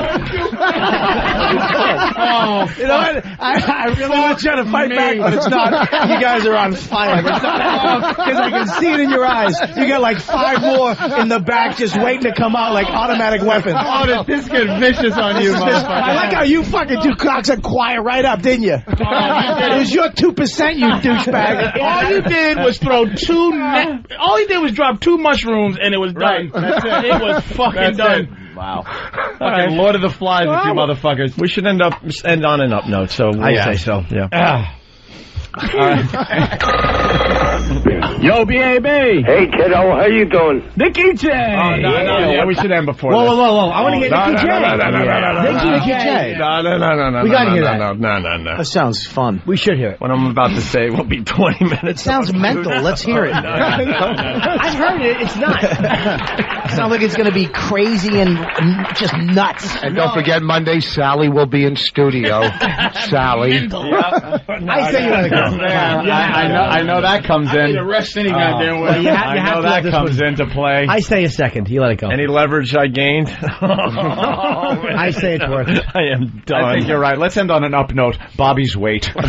Oh,
You know what? I, I really was trying to fight
me.
back, but it's not. You guys are on fire. It's not because I can see it in your eyes. You got like five more in the back, just waiting to come out like automatic weapons.
Oh, does this get vicious on you,
This is just- I like how you fucking two cocks and quiet right up, didn't you? it was your two percent, you douchebag.
All you did was throw two. Ne- all he did was drop two mushrooms, and it was done.
Right. That's it.
It was fucking
That's
done.
it. Wow. Fucking Lord of the Flies with you motherfuckers. We should end up end
Ah.
on an up note, so
I say so,
Yeah.
Yo, BAB. Hey, kiddo, how you doing? Nicky J. Oh,
no, no, yeah, we should end before
Whoa,
this.
whoa, whoa, whoa. I wanna
Oh,
hear
no,
Nicky
no,
J.
No, no, no, no, no, no,
Nicky Nicky
no, no,
J.
No, no, no, no, no.
We gotta
no,
hear
no,
that.
No, no, no, no. That
sounds fun.
We should hear it.
What I'm about to say will be 20 minutes.
Sounds mental. Let's hear it.
No, no, no, no.
I've heard it. It's not.
Sounds like it's going to be crazy and n- just nuts.
And don't forget, Monday, Sally will be in studio. Sally.
I say you
gotta go.
Yeah, I, I know. I know that comes in.
I need to rest any
Oh.
Uh,
goddamn way.
Well, you
I
have, you
know
have
that
that comes into play.
I say a second. You let it go.
Any leverage I gained? I
say it's worth it.
I am done.
I think you're right. Let's end on an up note. Bobby's weight.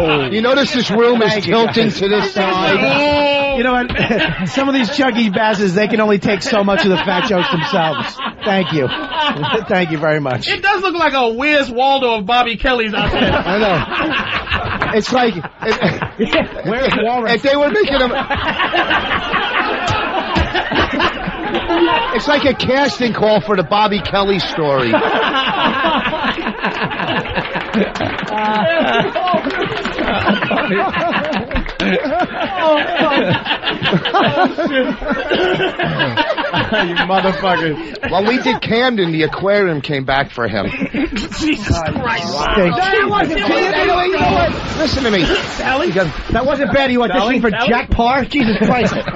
Oh. You notice this room is
Thank you,
tilting
guys.
to this side.
Oh,
You know what? Some of these chunky basses, they can only take so much of the fat jokes themselves. Thank you. Thank you very much.
It does look like a Where's Waldo of Bobby Kelly's out there.
I know. It's like
where's Walrus?
If they were making a, it's like a casting call for the Bobby Kelly story.
you motherfucker.
Well, we did Camden. The aquarium came back for him.
Jesus Christ.
Stink. That wasn't bad. You know what? You know what? Listen to me.
Sally?
That
wasn't bad. You auditioning for Jack Parr? Jesus Christ.
oh,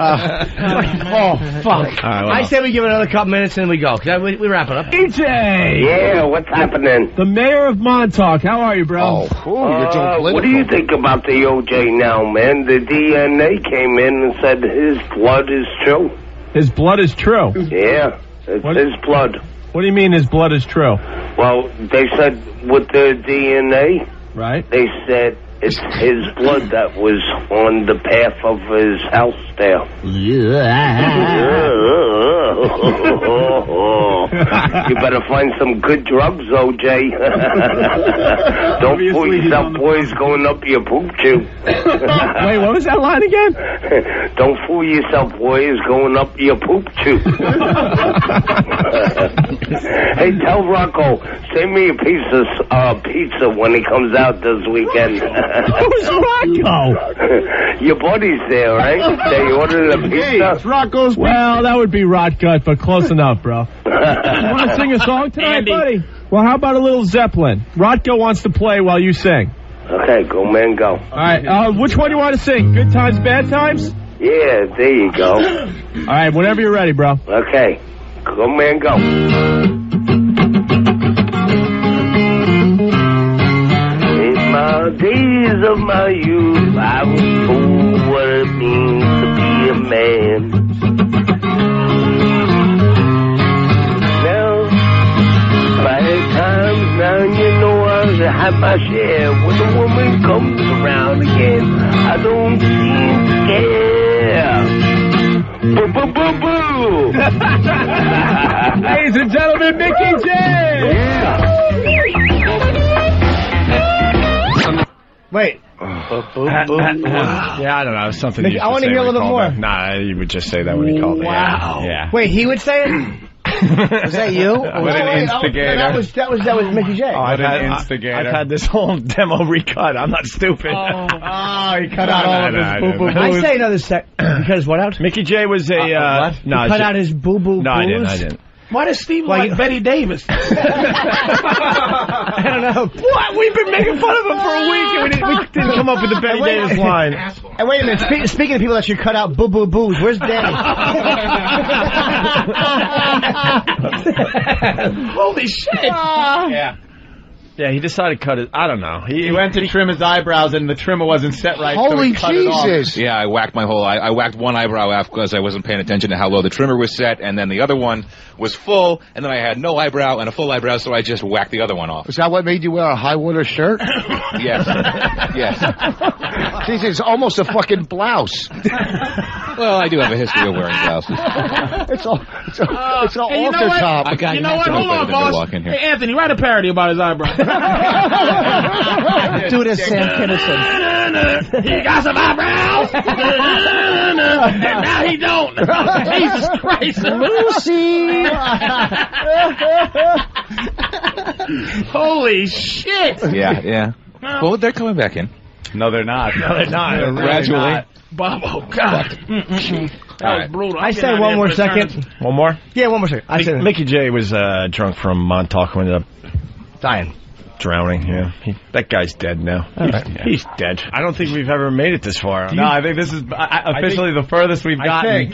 fuck. I say we give it another couple minutes and we go. 'Cause I- We, we wrap it up.
E
DJ!
Yeah, what's happening?
The mayor of Montauk. How are you,
Oh,
bro?
Uh, what do you think about the OJ now, man? The DNA came in and said his blood is true.
His blood is true.
Yeah, it's his blood.
What do you mean his blood is true?
Well, they said with the DNA,
right?
They said it's his blood that was on the path of his house there. you better find some good drugs, OJ. Don't fool yourself, boys, going up your poop tube.
Wait, what was that line again?
Don't fool yourself, boys, going up your poop tube. hey, tell Rocco, send me a piece of uh, pizza when he comes out this weekend.
Who's Rocco?
Your buddy's there, right? They ordered a pizza.
Rocco's
Well, that would be Rotgut, but close enough, bro. You want to sing a song tonight, buddy?
Well, how about a little Zeppelin? Rotko wants to play while you sing.
Okay, go, man, go.
All right. Uh, which one do you want to sing? Good times, bad times?
Yeah, there you go.
All right. Whenever you're ready, bro.
Okay, go, man, go. In my days of my youth, I was told what it means to be a man. Now, by the time now you know I've had my share. When a woman comes around again, I don't seem scared. Boo, boo, boo, boo!
Ladies and gentlemen, Mickey J!
Wait. yeah, I don't know. Something.
Nick,
you
I wanna
want to
hear a little more.
Nah, you would just say that when he called it.
Wow.
Yeah.
Wait, he would say it? Was that you?
With an instigator.
That was, that was, that was Mickey J.
Oh, I've
What
had,
an
I, have had this whole demo recut. I'm not stupid. Oh, he cut
Ah, out all of his boo-boo-boos. I say
another sec. because what else? Mickey J was a. Uh,
You
no,
cut
ju-
out his boo boo.
No, I didn't. I didn't.
Why does Steve
Like-
like, Betty Davis?
I don't know. What? We've been making fun of him for a week, and we didn't, we didn't come up with the Betty
And wait-
Davis line.
And wait a minute. Spe- speaking of people that should cut out boo boo boos, where's Danny?
Holy shit.
yeah.
Yeah, he decided to cut it. I don't know. He,
He went to trim his eyebrows, and the trimmer wasn't set right. so he cut It off.
Yeah, I whacked my whole. I, I whacked one eyebrow off because I wasn't paying attention to how low the trimmer was set, and then the other one was full, and then I had no eyebrow and a full eyebrow, so I just whacked the other one off.
Is that what made you wear a high water shirt?
Yes, yes.
This is almost a fucking blouse.
Well, I do have a history of wearing glasses.
It's all, it's all, it's all
Hey, you know
altar
what?
top.
I got
you know what?
nothing better
Hold
than
on,
to
boss.
walk in here.
Hey, Anthony, write a parody about his eyebrow.
Do this, Sam Kinison.
he got some eyebrows, and now he don't. Jesus Christ,
Lucy.
Holy shit!
Yeah, yeah. Well, they're coming back in.
No, they're not.
No, they're not. They're really
Gradually.
not.
Bob, oh God. Mm-mm-mm. That
All
was
right.
brutal.
I
I've
said
been out
one
there
more
for the
second.
tournament.
One more?
Yeah, one more second. I
Mi-
said
Mickey J was uh, drunk from Montauk who ended up dying. Drowning, yeah. He, that guy's dead now. He's, he's dead. I don't think we've ever made it this far.
No, I think this is uh, officially the furthest we've gotten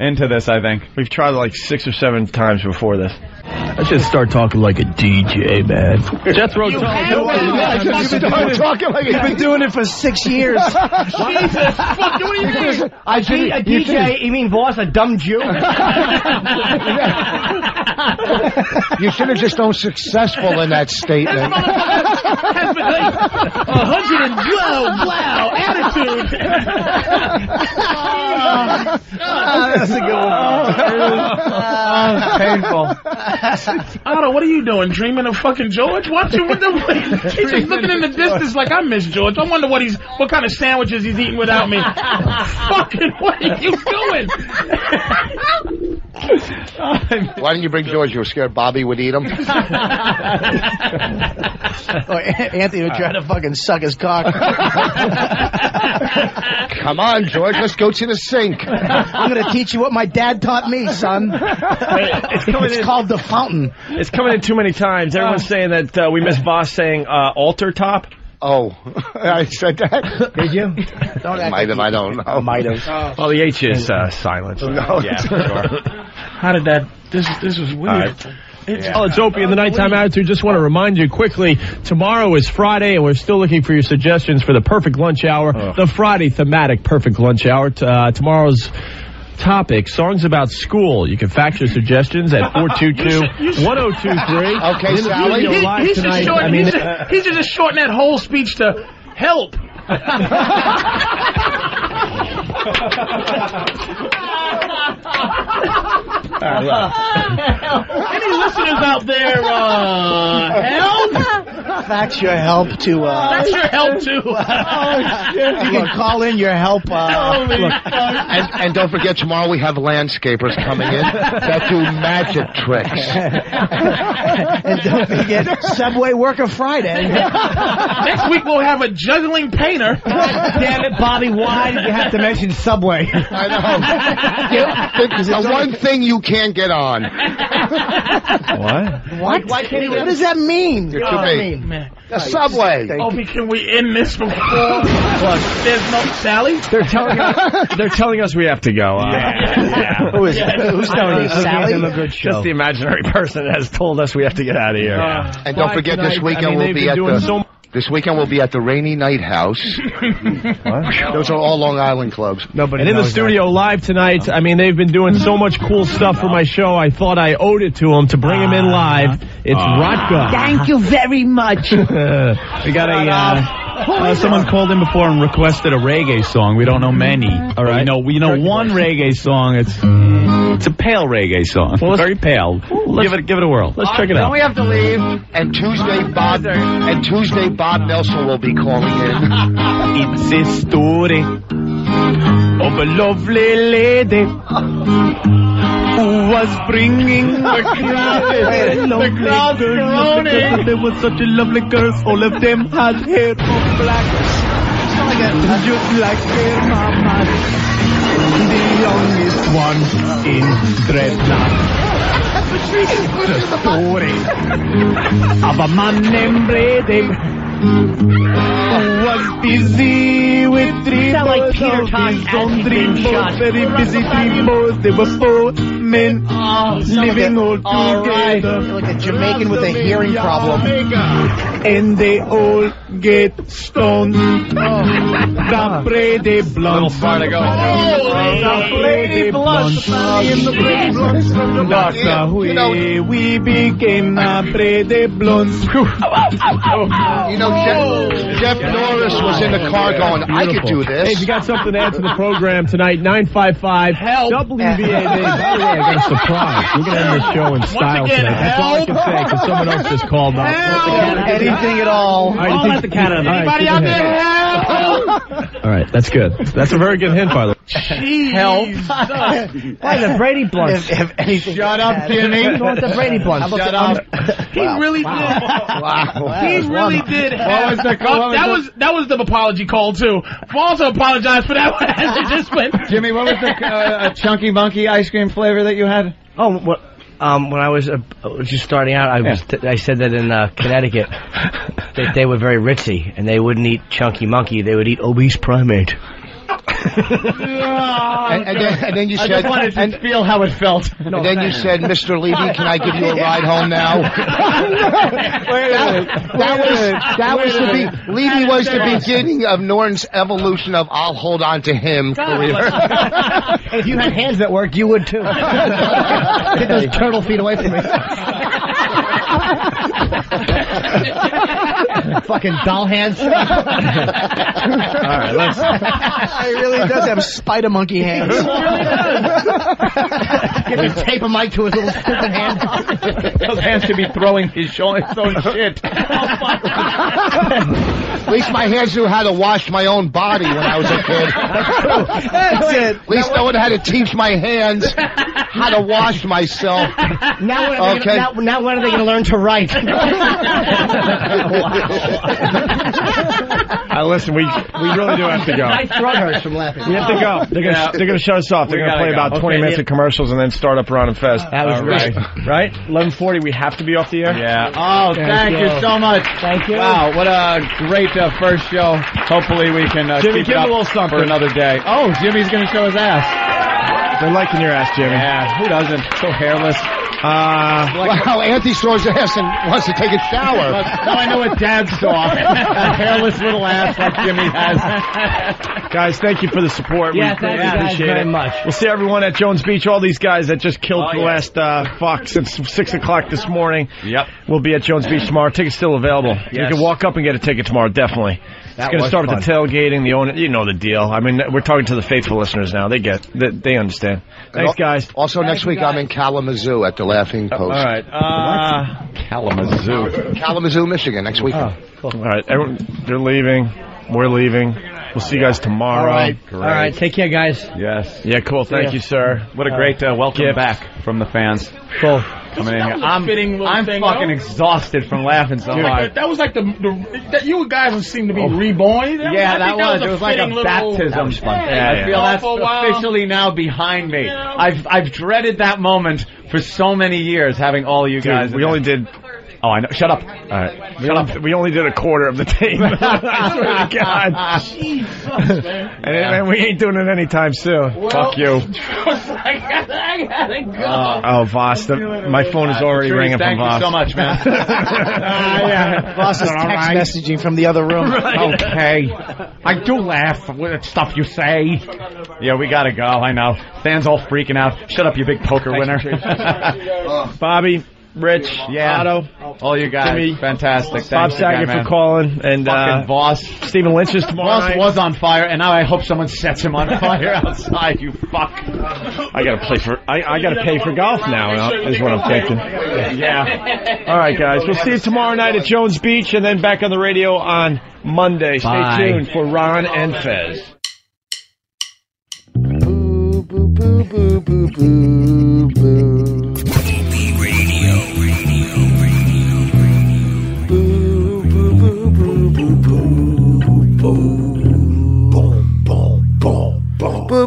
into this. I think
we've tried like six or seven times before this.
I should start talking like a DJ, man. Jethro Tull.
Yeah,
You've
you've
been
been
doing it-
talking like
you've
you've
been
been doing it for six years.
Jesus, fuck, what do you mean?
I
D- a DJ, you mean boss, a dumb Jew?
You should have just been successful in that statement.
Has been like 112 wow attitude.
That's a good
painful. Otto, what are you doing? Dreaming of fucking George? What you? What the, he's just looking in the distance like I miss George. I wonder what he's, what kind of sandwiches he's eating without me. fucking, what are you doing?
Why didn't you bring George? You were scared Bobby would eat him.
Oh, Anthony would try to fucking suck his cock.
Come on, George. Let's go to the sink.
I'm going to teach you what my dad taught me, son.
It's coming in-
called the fountain. Oh.
It's coming in too many times. Everyone's saying that uh, we miss Voss saying uh, altar top.
Oh, I said that.
Did you?
I might have. I don't know.
Might
have. Well, the H is uh, silent.
No.
Yeah, sure.
How did that? This this was weird.
Oh, it's Opie in the Nighttime Attitude. Just want to remind you quickly, tomorrow is Friday, and we're still looking for your suggestions for the perfect lunch hour, the Friday thematic perfect lunch hour. T- Uh, tomorrow's topic, songs about school. You can fax your suggestions at
You should-
422-1023.
He-
We're gonna do it live
He, he's,
tonight.
just short,
I mean,
he's,
uh,
just, he's just shorting that whole speech to help. Any listeners out there, uh, help?
Fax your help to. Uh,
That's your help too.
You can call in your help. Uh,
Look, and, and don't forget, tomorrow we have landscapers coming in that do magic tricks.
and don't forget Subway Worker Friday.
Next week we'll have a juggling painter.
Damn it, Bobby! Why did you have to mention Subway?
I know. The, the one thing you can't get on.
What?
What?
Why can't you-
what does that mean?
You're
What
too
does that
big.
mean? Man.
The subway.
Opie, can Oh, we end this before there's no Sally?
They're telling us, they're telling us we have to go. Uh, yeah.
Who is it? Who's telling you,
Who gave
Sally?
them a good show? Just the imaginary person has told us we have to get out of here.
And don't forget, this weekend we'll be at the. this weekend we'll be at the Rainy Night House. Those are all Long Island clubs.
Nobody
And in the studio live tonight, I mean, they've been doing so much cool stuff for my show. I thought I owed it to them to bring them in live.
Uh-huh.
It's Rotka.
Thank you very much.
we got a. Uh, uh, someone called in before and requested a reggae song. We don't know many. All right, no, we know one reggae song. It's it's a pale reggae song. Very pale. give it give it a whirl. Let's check it
Now
out.
we have to leave, and Tuesday Bob and Tuesday Bob Nelson will be calling in.
It's a story of a lovely lady who was bringing the crowd. the crowd groaning. There was such a lovely girls. All of them had hair of black. Just like their mama. The youngest one in dreadlocks. The story of a man named Brady was busy with three
sound like Peter
of
Tosh
his
as
own
he's being
dreams,
shot.
very busy dreamers. There were four men
Oh,
living all together.
Like a Jamaican with a hearing problem.
And they all get stoned. the Brady Blunt. the Brady Blunt. Doctor,
You know-
we, we became the Brady Blunts.
You know,
Oh.
Jeff, Jeff Norris was in the car going, I could do
Hey, if
this.
you got something to add to the program tonight, 955
Help.
WVAB. By the way, I got a surprise. We're going to end the show in style
again,
tonight. That's all I
help.
can say because someone else just called up.
Anything at all.
All right, you think-
Anybody
all
out
right,
there? Help!
All right, that's good. That's a very good hint, by the way.
Help. Why the Brady Blunts?
If- if anything- Shut up, Jimmy.
What's wrong with the Brady Blunts?
Shut Shut up. He really did. He really did.
What
Have,
was the- what was
that
the-
was that was the apology call too. Walter apologized for that one. As it just went.
Jimmy, what was the uh, chunky monkey ice cream flavor that you had?
Oh, what? Um, when I was uh, uh, just starting out, I was I said that in uh, Connecticut that they were very ritzy and they wouldn't eat chunky monkey; they would eat obese primate.
and,
and then- and then you I just said- wanted to and-
feel how it felt.
And then you said, Mr. Levy, can I give you a ride home now?
that,
That was that was the
be-
be- Levy was the beginning of Norton's evolution of I'll hold on to him career.
if you had hands that worked, you would too. Get those turtle feet away from me. Fucking doll hands.
right, let's-
he really does have spider monkey hands. he really does. Get the tape a mic to his little stupid hand.
Those hands should be throwing his, sho- his own shit.
At least my hands knew how to wash my own body when I was a kid.
That's it.
At least no one had to teach my hands how to wash myself.
Now when, are they
Okay.
gonna, now, now when are they going to learn to write?
Uh, listen, we we really do have to go.
My throat hurts from laughing.
We have to go. They're gonna,
Yeah.
they're gonna shut us off. They're
We
gonna
gotta go.
play about 20
Okay.
minutes of commercials and then start up Ron and Fest.
That was
All right. right? 11:40. We have to be off the air.
Yeah. Oh,
Thank
thank you.
you.
so much.
Thank
you.
Wow, what a great uh, first show. Hopefully we can uh,
Jimmy,
keep
give
it
him
up
a little something.
for another day. Oh, Jimmy's going to show his ass.
They're liking your ass, Jimmy.
Yeah, who doesn't? So hairless.
Uh,
wow, Anthony shows ass and wants to take a shower.
Now I know what Dad saw. a hairless little ass like Jimmy has.
Guys, thank you for the support.
Yeah,
we
thank
really
you guys
appreciate
very
it.
much.
We'll see everyone at Jones Beach. All these guys that just killed
Oh,
for the
yeah.
last uh, fuck since six o'clock this morning.
Yep.
We'll be at Jones Beach tomorrow. Tickets still available. You
Yes.
can walk up and get a ticket tomorrow. Definitely.
That
it's going
was
to start
fun.
with the tailgating. The owner, you know the deal. I mean, we're talking to the faithful listeners now. They get, they, they understand. Thanks, guys.
Also, next week I'm in Kalamazoo at the Laughing Post.
All right. Uh,
Kalamazoo. Kalamazoo, Michigan, next week.
All right. Everyone, they're leaving. We're leaving. We'll see you guys tomorrow.
All right, all right. Take care, guys.
Yes.
Yeah, cool.
See ya.
Thank you, sir.
What a great uh, welcome back from the fans.
Cool.
Coming in here.
was a
I'm,
fitting little
I'm
thing,
fucking
no?
exhausted from laughing so
Like,
hard.
that was like the, the that you guys seem to be reborn. That
Yeah,
I
that
think
was.
a
It was like
fitting
a
little-
baptism. I
Yeah,
feel
yeah.
that's
For a while.
officially now behind me. I've I've dreaded that moment for so many years, having all you
Dude,
guys.
we only did.
Oh, I know. Shut up.
All right. We only, we only did a quarter of the tape. I swear to God.
Jesus, man.
And, and we ain't doing it anytime soon.
Well-
Fuck you.
I was like, I gotta go.
oh, Voss, the, my phone is already
Patrice,
ringing
thank
from Voss.
you so much, man.
yeah. Boss is text messaging from the other room.
okay. I do laugh with stuff you say. Yeah, we gotta go. I know. Fans all freaking out. Shut up, you big poker winner.
Bobby, Rich,
yeah.
Otto,
all you guys.
Jimmy,
Fantastic.
Bob
Thanks
Saget
again, man.
for calling, and
Fucking
uh,
Voss.
Stephen Lynch is tomorrow.
Voss
night.
was on fire, and now I hope someone sets him on fire outside. You fuck.
I gotta play for. I, I gotta pay for golf now. uh, Is what I'm thinking.
Yeah.
All right, guys. We'll see you tomorrow night at Jones Beach, and then back on the radio on Monday. Stay
Bye.
tuned for Ron and Fez.
Boo, boo, boo, boo, boo, boo.